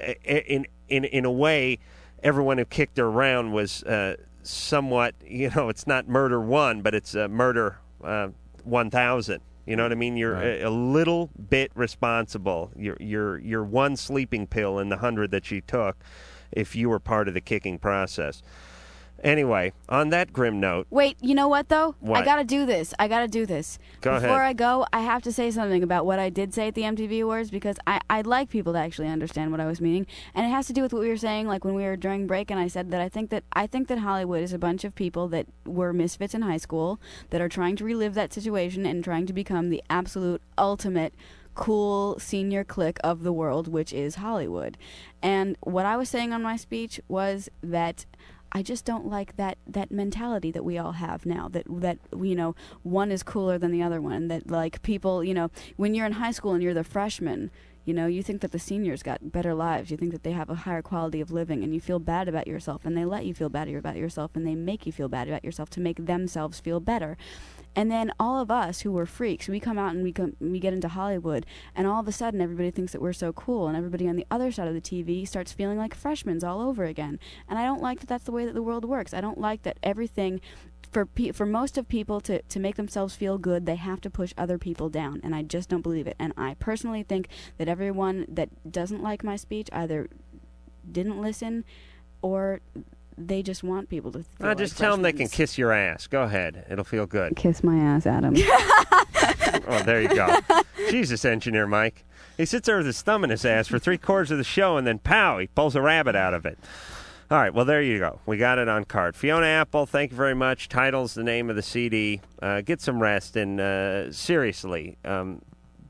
i- in in in a way, everyone who kicked her around was uh, somewhat you know it's not murder one, but it's uh, murder uh, one thousand. You know what I mean? You're a, a little bit responsible. You're you're you're one sleeping pill in the hundred that she took, if you were part of the kicking process. Anyway, on that grim note, Wait, you know what though? What? I gotta do this. I gotta do this. Go ahead. Before I go, I have to say something about what I did say at the MTV Awards because I, I'd like people to actually understand what I was meaning. And it has to do with what we were saying, like when we were during break and I said that I think that I think that Hollywood is a bunch of people that were misfits in high school that are trying to relive that situation and trying to become the absolute ultimate cool senior clique of the world, which is Hollywood. And what I was saying on my speech was that I just don't like that that mentality that we all have now that that you know one is cooler than the other one that like people you know when you're in high school and you're the freshman you know you think that the seniors got better lives you think that they have a higher quality of living and you feel bad about yourself and they let you feel bad about yourself and they make you feel bad about yourself to make themselves feel better and then all of us who were freaks, we come out and we come, we get into Hollywood, and all of a sudden everybody thinks that we're so cool, and everybody on the other side of the TV starts feeling like freshmen all over again. And I don't like that. That's the way that the world works. I don't like that everything. For, pe- for most of people to, to make themselves feel good, they have to push other people down, and I just don't believe it. And I personally think that everyone that doesn't like my speech either didn't listen or they just want people to feel uh, like just tell them they freshmen. can kiss your ass. Go ahead, it'll feel good. Kiss my ass, Adam. oh, there you go. Jesus, engineer Mike. He sits there with his thumb in his ass for three quarters of the show, and then pow, he pulls a rabbit out of it. All right, well, there you go. We got it on card. Fiona Apple, thank you very much. Title's the name of the CD. Uh, get some rest, and uh, seriously, um,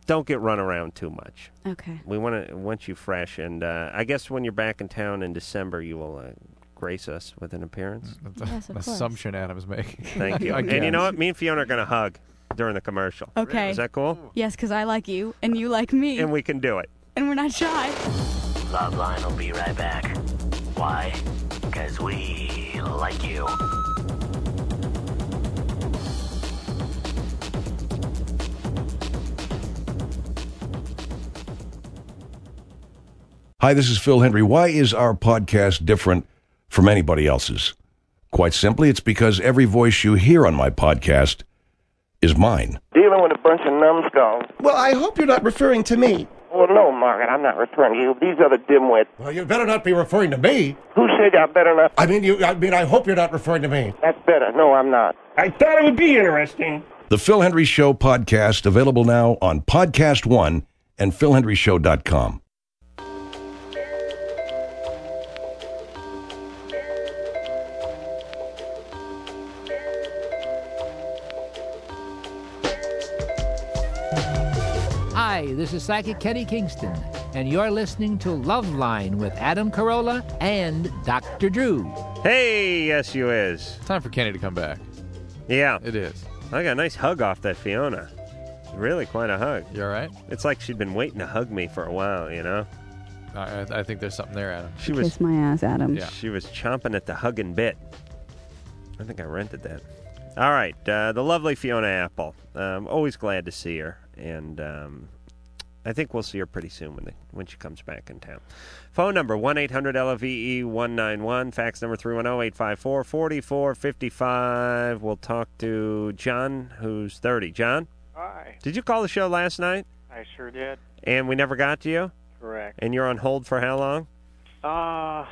don't get run around too much. Okay. We want to want you fresh, and uh, I guess when you're back in town in December, you will uh, grace us with an appearance. Yes, of course. Assumption Adam is making. Thank you. Again. And you know what? Me and Fiona are going to hug. during the commercial. Okay. Is that cool? Yes, because I like you and you like me, And we can do it. and we're not shy. Loveline will be right back. Why? Because we like you. Hi, this is Phil Hendry. Why is our podcast different from anybody else's? Quite simply, it's because every voice you hear on my podcast is mine. Dealing with a bunch of numbskulls. Well, I hope you're not referring to me. Well, no, Margaret, I'm not referring to you. These are the dimwits. Well, you better not be referring to me. Who said I better not? I mean, you. I mean, I hope you're not referring to me. That's better. No, I'm not. I thought it would be interesting. The Phil Hendry Show podcast available now on Podcast One and PhilHenryShow.com. Hi, this is Psychic Kenny Kingston, and you're listening to Love Line with Adam Carolla and Dr. Drew. Hey, yes, you is. Time for Kenny to come back. Yeah. It is. I got a nice hug off that Fiona. Really quite a hug. You all right? It's like she'd been waiting to hug me for a while, you know? I, I think there's something there, Adam. She was Kiss my ass, Adam. She was chomping at the hugging bit. I think I rented that. All right, uh, the lovely Fiona Apple. Um, always glad to see her, and um, I think we'll see her pretty soon when the, when she comes back in town. Phone number one eight hundred LVE E one nine one. oh, Fax number 310-854-4455. We'll talk to John, who's thirty. John, Hi. did you call the show last night? I sure did. And we never got to you. Correct. And you're on hold for how long? Uh,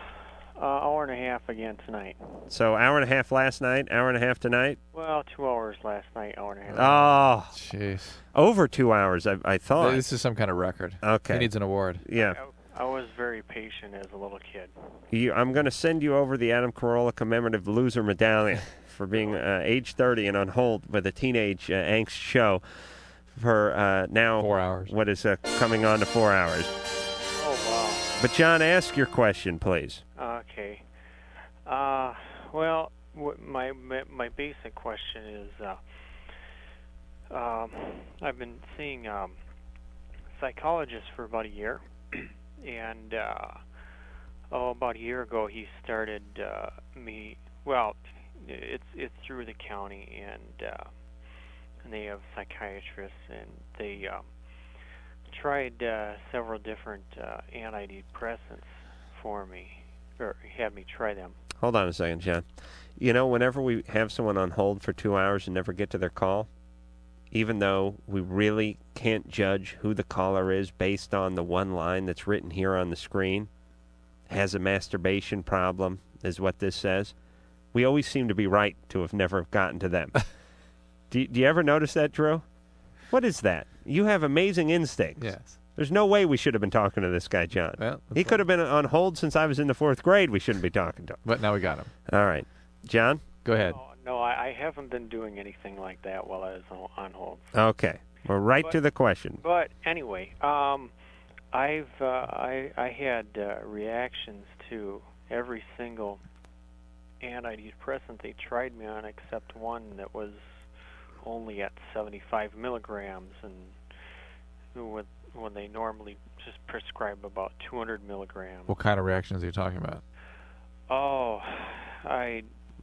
uh, hour and a half again tonight. So hour and a half last night, hour and a half tonight. Well, two hours last night, hour and a Oh, half. jeez, over two hours. I, I thought This is some kind of record. Okay. He needs an award. Yeah, I was very patient as a little kid. you, I'm going to send you over the Adam Carolla commemorative loser medallion for being uh, age 30 and on hold with a teenage uh, angst show for uh, now four hours. What is uh, coming on to four hours? Oh, But John, ask your question, please. wow. Okay. Uh, well, wh- my, my my basic question is, uh, um, I've been seeing um, psychologists for about a year, and uh, oh, about a year ago he started uh, me. Well, it's it's through the county, and uh, and they have psychiatrists, and they um, tried uh, several different uh, antidepressants for me, or had me try them. Hold on a second, John. You know, whenever we have someone on hold for two hours and never get to their call, even though we really can't judge who the caller is based on the one line that's written here on the screen, has a masturbation problem, is what this says, we always seem to be right to have never gotten to them. do, do you ever notice that, Drew? What is that? You have amazing instincts. Yes. There's no way we should have been talking to this guy, John. he could have been on hold since I was in the fourth grade. We shouldn't be talking to him. But now we got him. All right. John? Go ahead. No, I, I haven't been doing anything like that while I was on, on hold. Okay. We're right to But- the question. But anyway, um, I've uh, I I had uh, reactions to every single antidepressant they tried me on, except one that was only at 75 milligrams, and with when they normally just prescribe about 200 milligrams. What kind of reactions are you talking about? Oh, I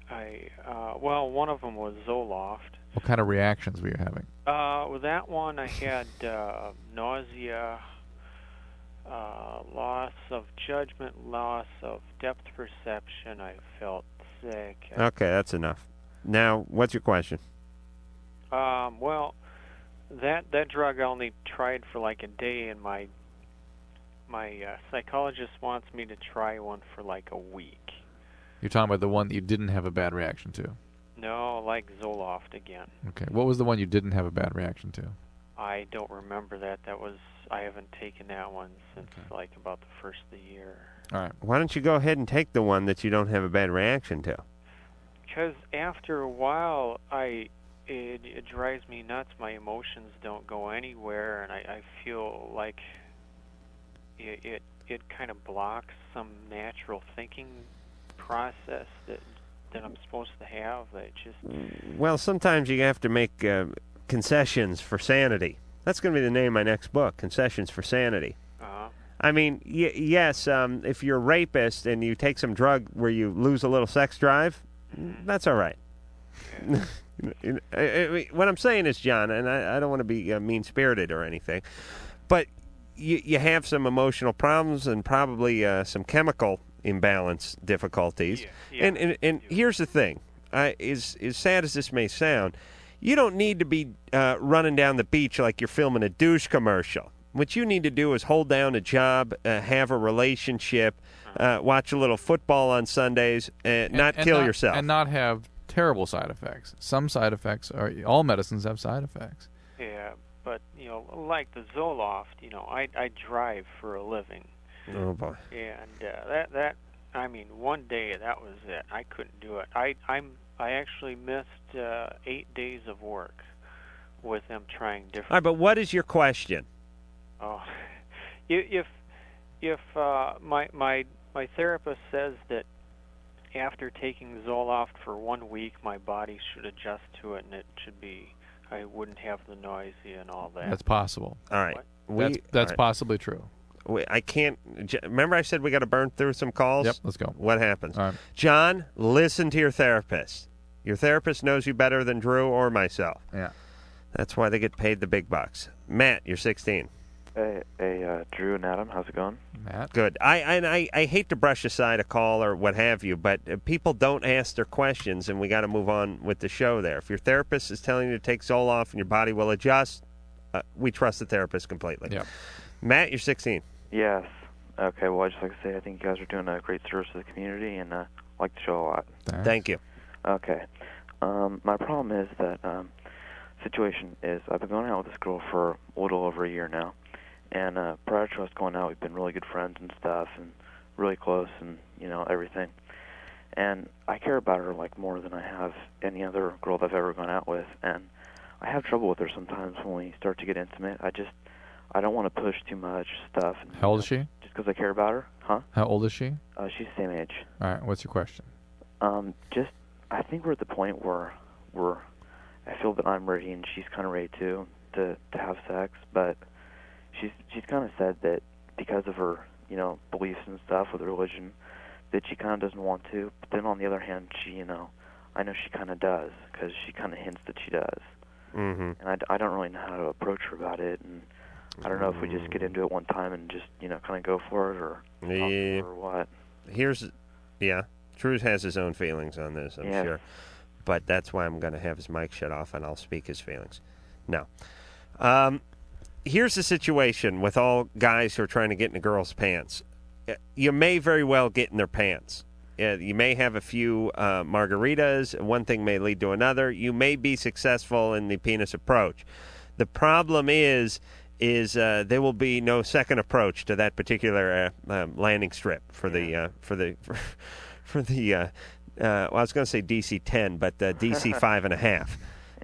I uh, well, one of them was Zoloft. What kind of reactions were you having? Uh, with that one, I had uh, nausea, uh, loss of judgment, loss of depth perception. I felt sick. Okay, that's enough. Now, what's your question? Um, well, that that drug I only tried for like a day, and my my uh, psychologist wants me to try one for like a week. You're talking about the one that you didn't have a bad reaction to. No, like Zoloft again. Okay. What was the one you didn't have a bad reaction to? I don't remember that. That was I haven't taken that one since like about the first of the year. All right. Why don't you go ahead and take the one that you don't have a bad reaction to? Because after a while, I it, it drives me nuts. My emotions don't go anywhere, and I, I feel like it it, it kind of blocks some natural thinking process that that I'm supposed to have. That just Well, sometimes you have to make uh, Concessions for Sanity. That's going to be the name of my next book, Concessions for Sanity. Uh-huh. I mean, y- yes, um, if you're a rapist and you take some drug where you lose a little sex drive, Mm-hmm. that's all right. I- I- I mean, what I'm saying is, John, and I, I don't want to be uh, mean spirited or anything, but you, you have some emotional problems and probably uh, some chemical imbalance difficulties. And, and and here's the thing: I, as as sad as this may sound, you don't need to be uh, running down the beach like you're filming a douche commercial. What you need to do is hold down a job, uh, have a relationship, uh, watch a little football on Sundays, and, Eh, not and kill yourself. and not have terrible side effects. Some side effects are all medicines have side effects. Yeah, but you know, like the Zoloft, you know, I I drive for a living, Oh boy. and uh, that that I mean, one day that was it. I couldn't do it. I I'm I actually missed uh, eight days of work with them trying different. All right, but what is your question? Oh, I- if if uh, my my my therapist says that after taking Zoloft for one week, my body should adjust to it, and it should be I wouldn't have the nausea and all that. That's possible. All right. That's- that's possibly true. We, I can't. J- Remember, I said we got to burn through some calls? Yep, let's go. What happens? John, listen to your therapist. Your therapist knows you better than Drew or myself. Yeah. That's why they get paid the big bucks. Matt, you're 16. Hey, hey, uh, Drew and Adam, how's it going? Good. I and I, I hate to brush aside a call or what have you, but uh, people don't ask their questions, and we got to move on with the show. There, if your therapist is telling you to take Zoloft and your body will adjust, uh, we trust the therapist completely. Yeah. Matt, you're 16. Yes. Okay. Well, I just like to say I think you guys are doing a great service to the community, and uh, I like the show a lot. Thank you. Okay. Um, my problem is that um, situation is I've been going out with this girl for a little over a year now, and uh, prior to us going out, we've been really good friends and stuff, and really close, and you know everything. And I care about her like more than I have any other girl that I've ever gone out with, and I have trouble with her sometimes when we start to get intimate. I just I don't want to push too much stuff How old is she? just because I care about her, huh? How old is she? Uh, she's the same age. All right. What's your question? Um, just, I think we're at the point where we're, I feel that I'm ready and she's kind of ready too to to have sex, but she's she's kind of said that because of her, you know, beliefs and stuff with religion, that she kind of doesn't want to. But then on the other hand, she, you know, I know she kind of does because she kind of hints that she does, Mm-hmm. and I, d- I don't really know how to approach her about it, and I don't know if we just get into it one time and just you know kind of go for it or Yeah. or what. Here's, yeah, Drew has his own feelings on this, I'm Yeah. sure. But that's why I'm going to have his mic shut off and I'll speak his feelings. No. Um, here's the situation with all guys who are trying to get in a girl's pants. Uh, You may very well get in their pants. Uh, You may have a few uh, margaritas. One thing may lead to another. You may be successful in the penis approach. The problem is, is uh, there will be no second approach to that particular uh, um, landing strip for the uh, for the for, the. Uh, uh, well, I was going to say DC ten, but uh, DC five and a half.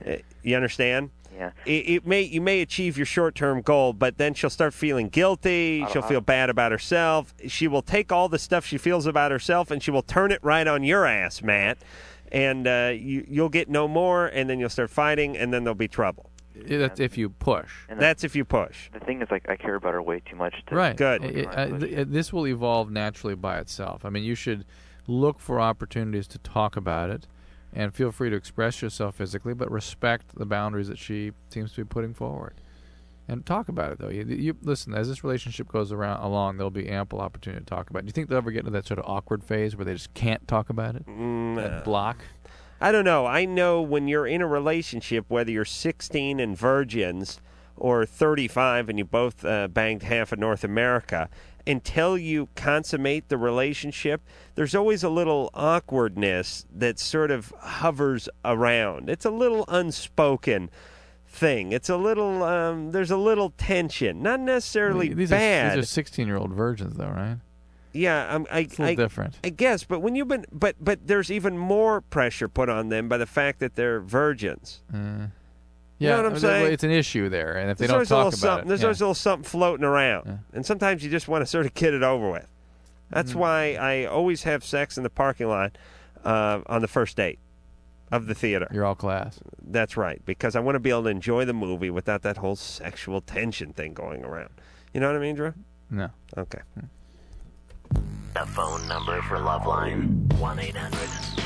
Uh, You understand? Yeah. It, it may you may achieve your short term goal, but then she'll start feeling guilty. She'll feel bad about herself. She will take all the stuff she feels about herself and she will turn it right on your ass, Matt. And uh, you you'll get no more, and then you'll start fighting, and then there'll be trouble. That's if you push. And That's if you push. The thing is, like, I care about her way too much. To Right. Good. It- it- uh, th- it- this will evolve naturally by itself. I mean, you should look for opportunities to talk about it, and feel free to express yourself physically, but respect the boundaries that she seems to be putting forward. And talk about it though. You, you listen as this relationship goes around along, there'll be ample opportunity to talk about. it. Do you think they'll ever get into that sort of awkward phase where they just can't talk about it? uh, that block. I don't know. I know when you're in a relationship, whether you're 16 and virgins or 35 and you both uh, banged half of North America, until you consummate the relationship, there's always a little awkwardness that sort of hovers around. It's a little unspoken thing. It's a little, um, there's a little tension. Not necessarily these bad. Are, these are sixteen-year-old virgins though, right? Yeah, um, I, a little I- different. I guess, but when you've been, but but there's even more pressure put on them by the fact that they're virgins. Uh, You yeah, know what I'm I mean, saying? It's an issue there, and if they there's always a don't talk little about something. it, there's yeah. always a little something floating around, and sometimes you just want to sort of get it over with. Mm-hmm. That's why I always have sex in the parking lot uh, on the first date. of the theater. You're all class. That's right, because I want to be able to enjoy the movie without that whole sexual tension thing going around. You know what I mean, Drew? No. Mm. Okay. The phone number for Loveline 1 800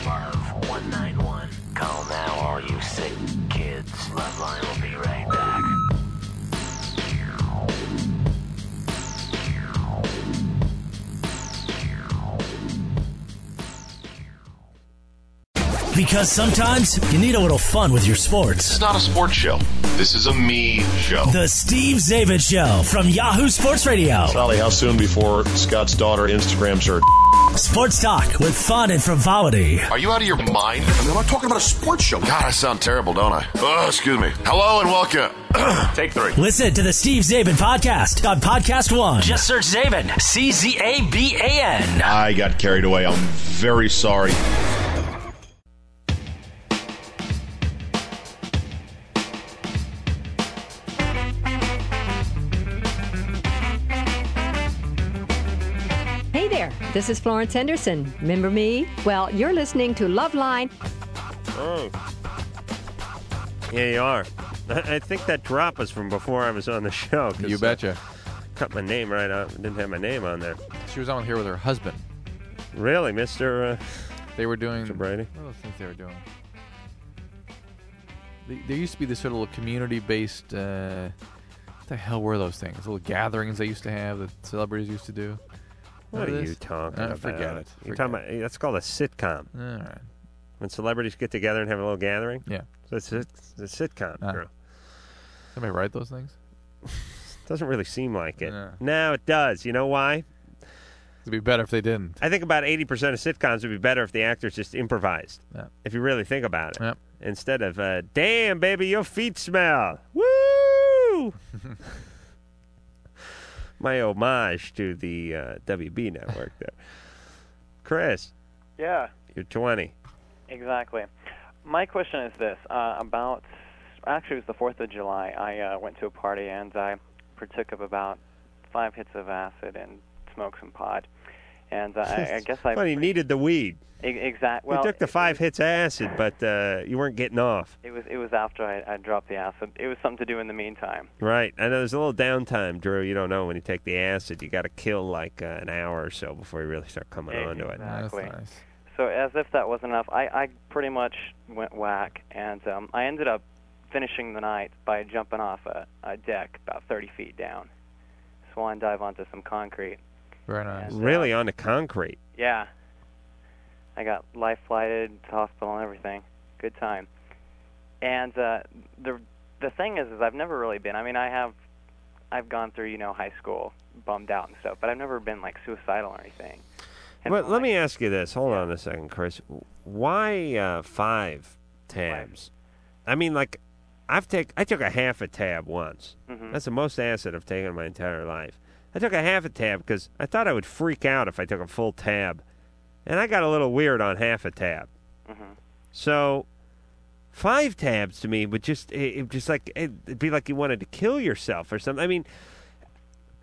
Love 191. Call now, all you sick kids. Loveline will be right back. Because sometimes you need a little fun with your sports. It's not a sports show. This is a me show. The Steve Zabit Show from Yahoo Sports Radio. Sally, how soon before Scott's daughter Instagrams her? Sports talk with fun and frivolity. Are you out of your mind? I mean, I'm talking about a sports show. God, I sound terrible, don't I? Oh, excuse me. Hello and welcome. Take three. Listen to the Steve Zabin podcast on Podcast One. Just search Zabin. C Z A B A N. I got carried away. I'm very sorry. Hey there, this is Florence Henderson. Remember me? Well, you're listening to Loveline. Oh. Yeah, you are. I I think that drop was from before I was on the show. 'cause You betcha. I cut my name right out. Didn't have my name on there. She was on here with her husband. Really, Mister? Uh, they were doing. Mr. Brady. What do I think they were doing? The- There used to be this sort of little community-based. Uh, what the hell were those things? Little gatherings they used to have that celebrities used to do. What Remember are this? you talking Uh, about? Forget it. You're talking about that's called a sitcom. All right. When celebrities get together and have a little gathering. Yeah. Ah. So it's a, it's a sitcom. girl. Somebody write those things. Doesn't really seem like it. No, it does. You know why? It'd be better if they didn't. I think about 80% of sitcoms would be better if the actors just improvised. Yeah. If you really think about it. Yep. Instead of, uh, damn, baby, your feet smell. Woo! My homage to the uh, WB network there. Chris, Yeah, you're 20. exactly. My question is this: uh, about actually, it was the Fourth of July. I uh, went to a party and I partook of about five hits of acid and smoked some pot. And uh, I, I guess I Well, you needed the weed. exactly. Well, you took the five hits of acid, but uh, you weren't getting off. it was it was after I, I dropped the acid. It was something to do in the meantime. Right. I know there's a little downtime, Drew. You don't know when you take the acid. You got to kill like uh, an hour or so before you really start coming onto it. Exactly. So as if that wasn't enough, I, I pretty much went whack, and um, I ended up finishing the night by jumping off a, a deck about 30 feet down, swan dive onto some concrete. Very nice. Really onto concrete. Yeah, I got life flighted to hospital and everything. Good time. And uh, the the thing is, is I've never really been. I mean, I have, I've gone through you know high school bummed out and stuff, but I've never been like suicidal or anything. But let me ask you this. Hold on a second, Chris. Why uh, five tabs? I mean, like, I've take I took a half a tab once. Mhm. That's the most acid I've taken in my entire life. I took a half a tab because I thought I would freak out if I took a full tab, and I got a little weird on half a tab. Mhm. So, five tabs to me would just it, it just like it'd be like you wanted to kill yourself or something. I mean,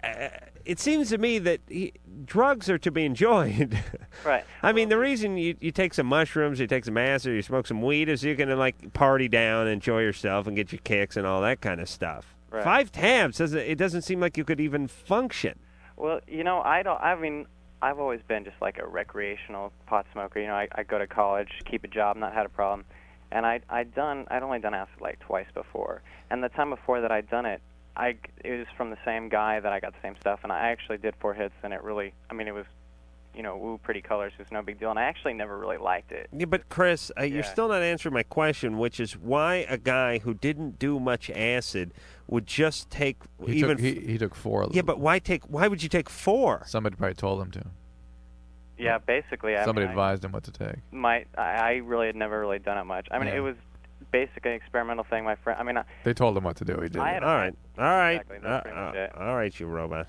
uh, it seems to me that he, drugs are to be enjoyed. Right. I mean, the reason you, you take some mushrooms, you take some acid, you smoke some weed is you can like party down, enjoy yourself, and get your kicks and all that kind of stuff. Right. Five tabs doesn't it doesn't seem like you could even function. Well, you know, I don't. I mean, I've always been just like a recreational pot smoker. You know, I, I go to college, keep a job, not had a problem, and I I'd done I'd only done acid like twice before, and the time before that I'd done it, I it was from the same guy that I got the same stuff, and I actually did four hits, and it really, I mean, it was, you know, woo, pretty colors, it was no big deal, and I actually never really liked it. Yeah, but Chris, uh, Yeah. you're still not answering my question, which is why a guy who didn't do much acid would just take He even. took he, he took four. yeah, but why take? Why would you take four? Somebody probably told him to. Yeah, basically, I Hmm. Somebody mean, I- advised him what to take. my I, I really had never really done it much. I mean, Yeah. it was basically an experimental thing. My friend, I mean, I, They told him what to do. He did. I had it. a All right, all right, Exactly, that's Uh, pretty much uh, all right, you robot,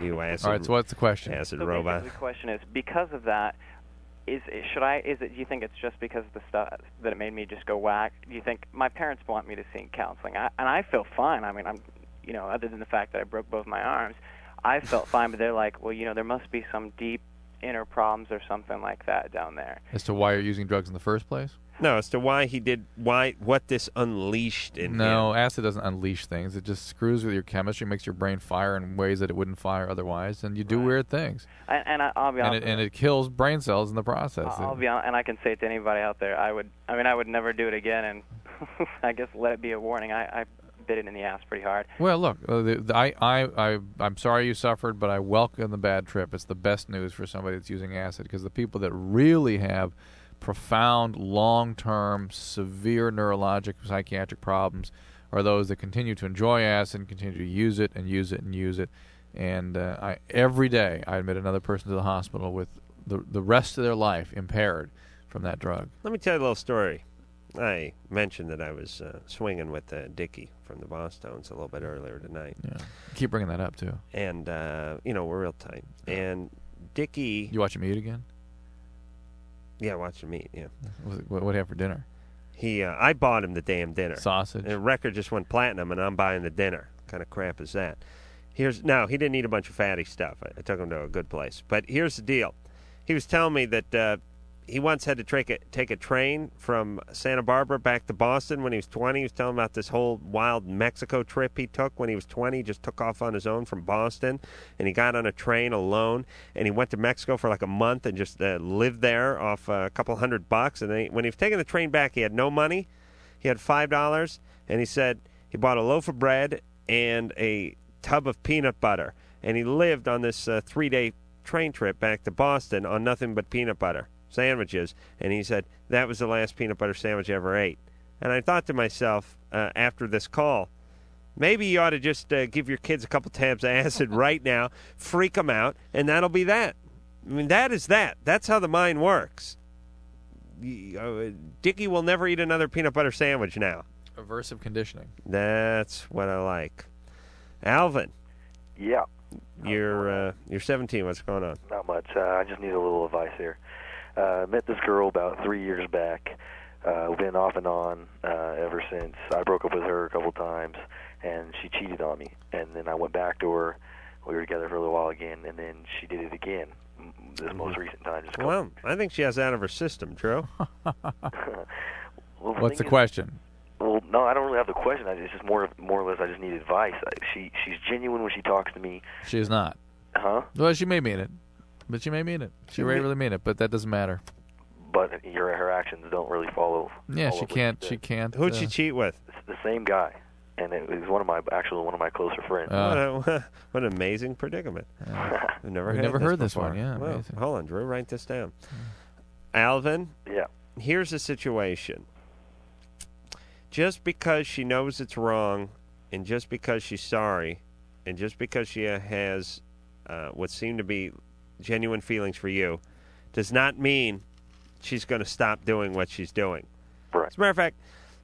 you acid. right, so what's the question? Acid So robot. basically the question is, because of that, is it- should I? Is it? Do you think it's just because of the stuff that it made me just go whack? Do you think my parents want me to seek counseling? I, and I feel fine. I mean, I'm, you know, other than the fact that I broke both my arms, I felt fine. But they're like, well, you know, there must be some deep inner problems or something like that down there. As to why you're using drugs in the first place? No, as to why he did why what this unleashed in him. No, acid doesn't unleash things. It just screws with your chemistry, makes your brain fire in ways that it wouldn't fire otherwise, and you do weird things. And, and I, I'll be And honest. it, and it kills brain cells in the process. I'll be honest, and I can say it to anybody out there. I would. I mean, I would never do it again. And I guess let it be a warning. I, I bit it in the ass pretty hard. Well, look, uh, the, the, I, I, I, I'm sorry you suffered, but I welcome the bad trip. It's the best news for somebody that's using acid because the people that really have profound, long term, severe neurologic, psychiatric problems are those that continue to enjoy acid and continue to use it and use it and use it. And uh, I, every day I admit another person to the hospital with the, the rest of their life impaired from that drug. Let me tell you a little story. I mentioned that I was uh, swinging with uh, Dickie from the Boston's a little bit earlier tonight. Yeah. Keep bringing that up, too. And, uh, you know, we're real tight. And Dickie. You watching me eat again? Yeah, watching me, yeah. Was it- What what do you have for dinner? He, uh, I bought him the damn dinner. Sausage. The record just went platinum, and I'm buying the dinner. What kind of crap is that? Here's no, he didn't eat a bunch of fatty stuff. I, I took him to a good place. But here's the deal. He was telling me that uh, he once had to take a, take a train from Santa Barbara back to Boston when he was 20. He was telling about this whole wild Mexico trip he took when he was 20. He just took off on his own from Boston, and he got on a train alone, and he went to Mexico for like a month and just uh, lived there off uh, a couple hundred bucks. And then he, when he was taking the train back, he had no money. He had five dollars, and he said he bought a loaf of bread and a tub of peanut butter, and he lived on this uh, three-day train trip back to Boston on nothing but peanut butter sandwiches. And he said that was the last peanut butter sandwich I ever ate. And I thought to myself uh, after this call, maybe you ought to just uh, give your kids a couple tabs of acid right now, freak them out, and that'll be that. I mean, that is that. That's how the mind works. Y- uh, Dickie will never eat another peanut butter sandwich now. Aversive conditioning. That's what I like. Alvin, Yeah, you're uh, you're 17. What's going on? not much. Uh, I just need a little advice here. Uh, met this girl about three years back. Uh, been off and on uh, ever since. I broke up with her a couple times, and she cheated on me. And then I went back to her. We were together for a little while again, and then she did it again. m- Mm-hmm. This most recent time. Just Well, I think she has that out of her system, Drew. Well, What's the thing is- question? Well, no, I don't really have the question. I- It's just more, more or less. I just need advice. I- She, she's genuine when she talks to me. She is not. Huh? Well, she may mean it, but she may mean it. She may really mean it, but that doesn't matter. But your, her actions don't really follow. Yeah, follow she what can't. said. She can't. uh, Who'd she cheat with? It's the same guy, and it was one of my actually one of my closer friends. Uh, what, a, what an amazing predicament. I've never We've had never this heard this before. one, yeah, Well, amazing. hold on, Drew. Write this down. Alvin. Yeah. Here's the situation. Just because she knows it's wrong, and just because she's sorry, and just because she uh, has uh, what seem to be genuine feelings for you, does not mean she's going to stop doing what she's doing. Right. As a matter of fact,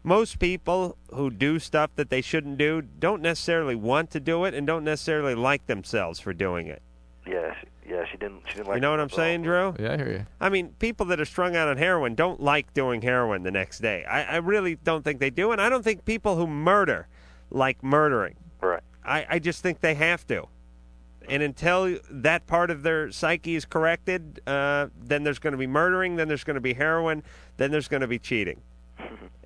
most people who do stuff that they shouldn't do don't necessarily want to do it and don't necessarily like themselves for doing it. yeah, she, yeah, she didn't. She didn't like. you know what I'm saying, Drew? Yeah, I hear you. I mean, people that are strung out on heroin don't like doing heroin the next day. I, I really don't think they do, and I don't think people who murder like murdering. Right. I, I just think they have to. And until that part of their psyche is corrected, uh, then there's going to be murdering, then there's going to be heroin, then there's going to be cheating.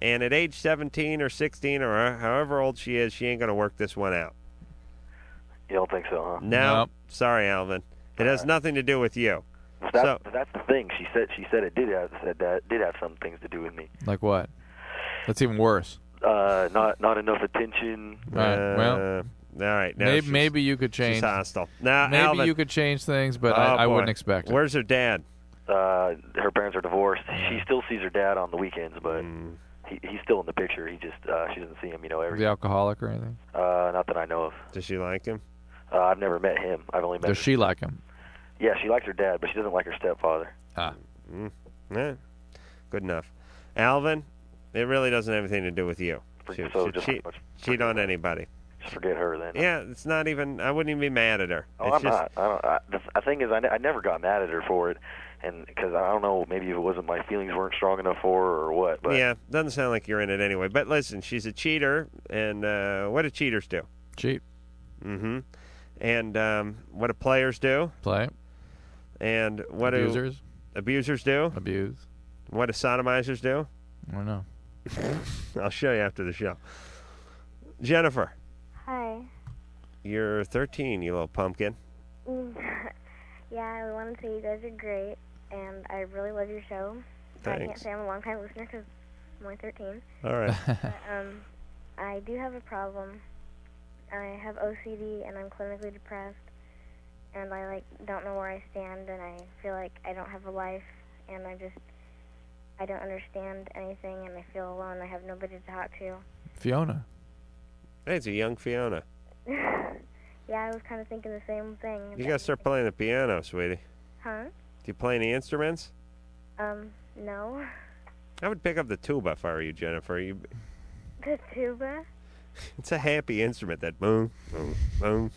And at age 17 or 16 or however old she is, she ain't going to work this one out. You don't think so, huh? No, sorry, Alvin. It has nothing to do with you. But That, but that's the thing. She said. She said it did have said that did have some things to do with me. Like what? That's even worse. Uh, not not enough attention. Uh, Right, well, all right. now maybe, she's- maybe you could she's change. hostile. Now, maybe Alvin- you could change things, but Oh, I, I wouldn't boy. expect it. Where's her dad? Uh, her parents are divorced. She still sees her dad on the weekends, but Mm. he, he's still in the picture. He just uh, she doesn't see him. You know, Is every he alcoholic or anything? uh, not that I know of. Does she like him? Uh, I've never met him. I've only met. Does her- she like him? Yeah, she likes her dad, but she doesn't like her stepfather. Ah. Mm, yeah, good enough. Alvin, it really doesn't have anything to do with you. She, So she just cheat, cheat on anybody. Just forget her then. Yeah, it's not even. I wouldn't even be mad at her. Oh, it's I'm just, not. I don't. I, the th- thing is, I, ne- I never got mad at her for it, and because I don't know, maybe if it wasn't my feelings weren't strong enough for her or what. But yeah, doesn't sound like you're in it anyway. But listen, she's a cheater, and uh, what do cheaters do? Cheat. Mm-hmm. And um, what do players do? Play. And what Abusers. do abusers do? Abuse. What do sodomizers do? I know. I'll show you after the show. Jennifer, Hi. you're 13, you little pumpkin. Mm, yeah, I want to say you guys are great, and I really love your show. But I can't Thanks. say I'm a long time listener because I'm only 13. All right. but, um, I do have a problem. I have OCD, and I'm clinically depressed, and I like don't know where I stand, and I feel like I don't have a life, and I just I don't understand anything, and I feel alone. I have nobody to talk to. Fiona. Hey, it's a young Fiona. yeah, I was kind of thinking the same thing. You gotta start playing the piano, sweetie. Do Huh? you play any instruments? Um, no. I would pick up the tuba if I were you, Jennifer. You, The tuba? it's a happy instrument. That boom, boom, boom.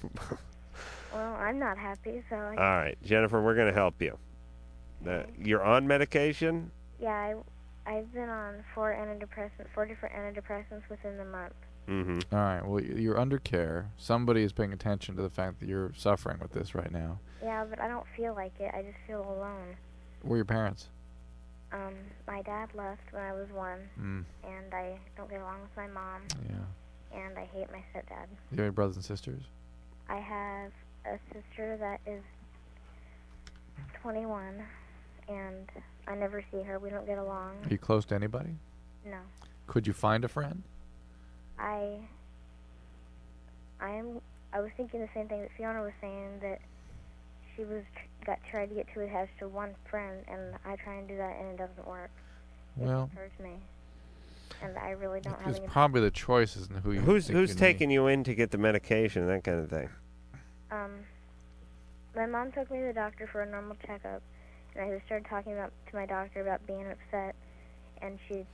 Well, I'm not happy, so Uh. I, All right, Jennifer, we're gonna help you. Uh, you're on medication. yeah, I, I've been on four antidepressants, four different antidepressants within the month. Mm-hmm. All right. Well, y- you're under care. Somebody is paying attention to the fact that you're suffering with this right now. Yeah, but I don't feel like it. I just feel alone. Where are your parents? Um, my dad left when I was one, Mm. and I don't get along with my mom, Yeah. and I hate my stepdad. Do you have any brothers and sisters? I have a sister that is 21, and I never see her. We don't get along. Are you close to anybody? No. Could you find a friend? I I'm I was thinking the same thing that Fiona was saying that she was tr- got tried to get too attached to one friend and I try and do that and it doesn't work. Well, It hurts me. And I really don't have it's any probably the choice isn't who you. Who's think who's you need. taking you in to get the medication, that kind of thing? um my mom took me to the doctor for a normal checkup and I just started talking about to my doctor about being upset and she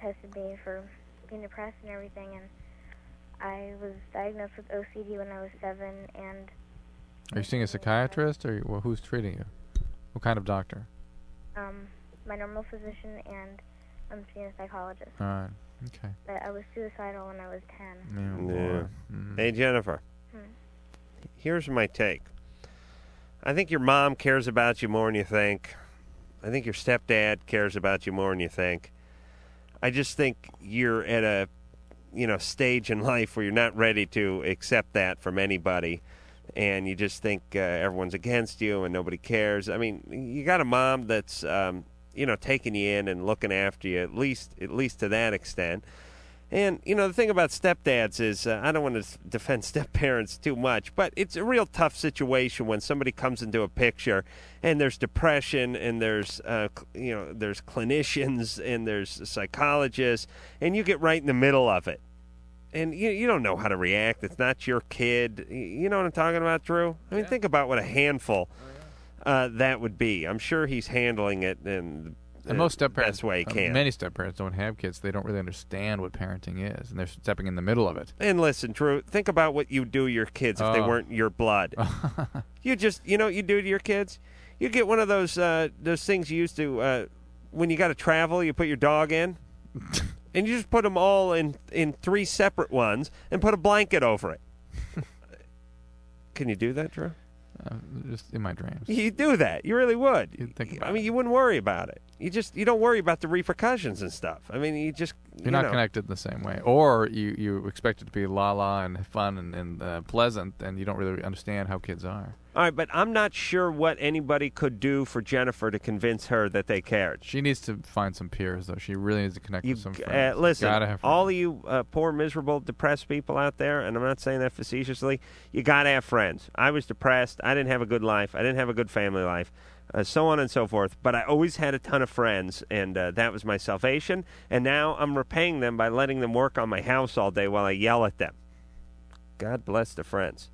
tested me for being depressed and everything and I was diagnosed with OCD when I was 7 and Are you seeing a psychiatrist or you- well, who's treating you? What kind of doctor? um, my normal physician and I'm seeing a psychologist. All right. Okay. But I was suicidal when I was Hmm. 10. Oh, Yeah. Hey, Jennifer. Here's my take. I think your mom cares about you more than you think. I think your stepdad cares about you more than you think. I just think you're at a you know stage in life where you're not ready to accept that from anybody and you just think uh, everyone's against you and nobody cares. I mean, you got a mom that's um, you know taking you in and looking after you at least at least to that extent. And you know the thing about stepdads is uh, I don't want to defend stepparents too much, but it's a real tough situation when somebody comes into a picture and there's depression and there's uh, cl- you know there's clinicians and there's psychologists and you get right in the middle of it and you you don't know how to react. It's not your kid. Y- You know what I'm talking about, Drew? I mean, think about what a handful uh, that would be. I'm sure he's handling it in the And most uh, step parents, best way he can. many step parents don't have kids. They don't really understand what parenting is, and they're stepping in the middle of it. And listen, Drew, think about what you do to your kids if they Oh. weren't your blood. you just, you know what you do to your kids? You get one of those uh, those things you used to uh, when you got to travel. You put your dog in, and you just put them all in in three separate ones, and put a blanket over it. Can you do that, Drew? Uh, just in my dreams. You do that. You really would. I mean, you wouldn't worry about it. You just you don't worry about the repercussions and stuff. I mean, you just You're you not know. connected the same way, or you, you expect it to be la la and fun and, and uh, pleasant, and you don't really understand how kids are. All right, but I'm not sure what anybody could do for Jennifer to convince her that they cared. She needs to find some peers, though. She really needs to connect with some Uh, friends. listen, gotta have all of you uh, poor, miserable, depressed people out there, and I'm not saying that facetiously, you got to have friends. I was depressed. I didn't have a good life. I didn't have a good family life, uh, so on and so forth. But I always had a ton of friends, and uh, that was my salvation. And now I'm repaying them by letting them work on my house all day while I yell at them. God bless the friends.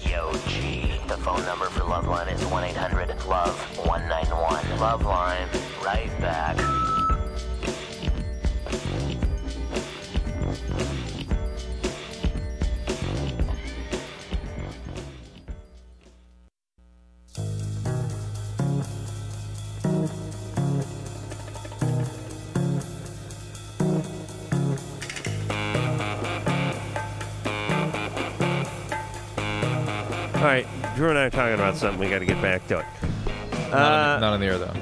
Yo, G. The phone number for Loveline is 1 800 Love 191. Loveline, right back. All right, Drew and I are talking about something. We got to get back to it. Not on the- not on the air, though. Uh,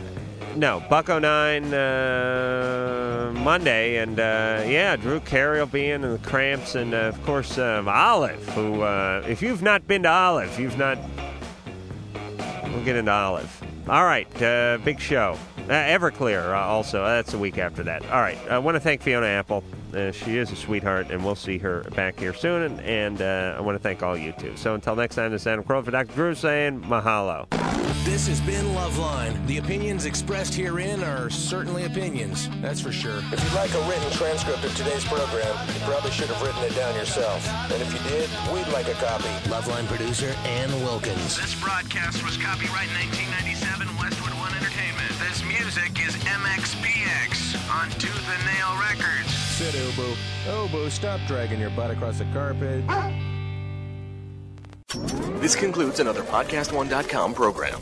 no, Bucko Nine uh, Monday, and uh, yeah, Drew Carey will be in, and the Cramps, and uh, of course uh, Olive. Who, uh, if you've not been to Olive, you've not. We'll get into Olive. All right, uh, big show. Uh, Everclear uh, also. Uh, that's a week after that. All right, I want to thank Fiona Apple. Uh, she is a sweetheart, and we'll see her back here soon. And, and uh, I want to thank all you two. So until next time, this is Adam Crow for Dr. Drew saying mahalo. This has been Loveline. The opinions expressed herein are certainly opinions, that's for sure. If you'd like a written transcript of today's program, you probably should have written it down yourself. And if you did, we'd like a copy. Loveline producer Ann Wilkins. This broadcast was copyright 1997 Westwood One Entertainment. This music is MXPX on Tooth and Nail Records. Sit, Obo. Obo, stop dragging your butt across the carpet. This concludes another PodcastOne.com program.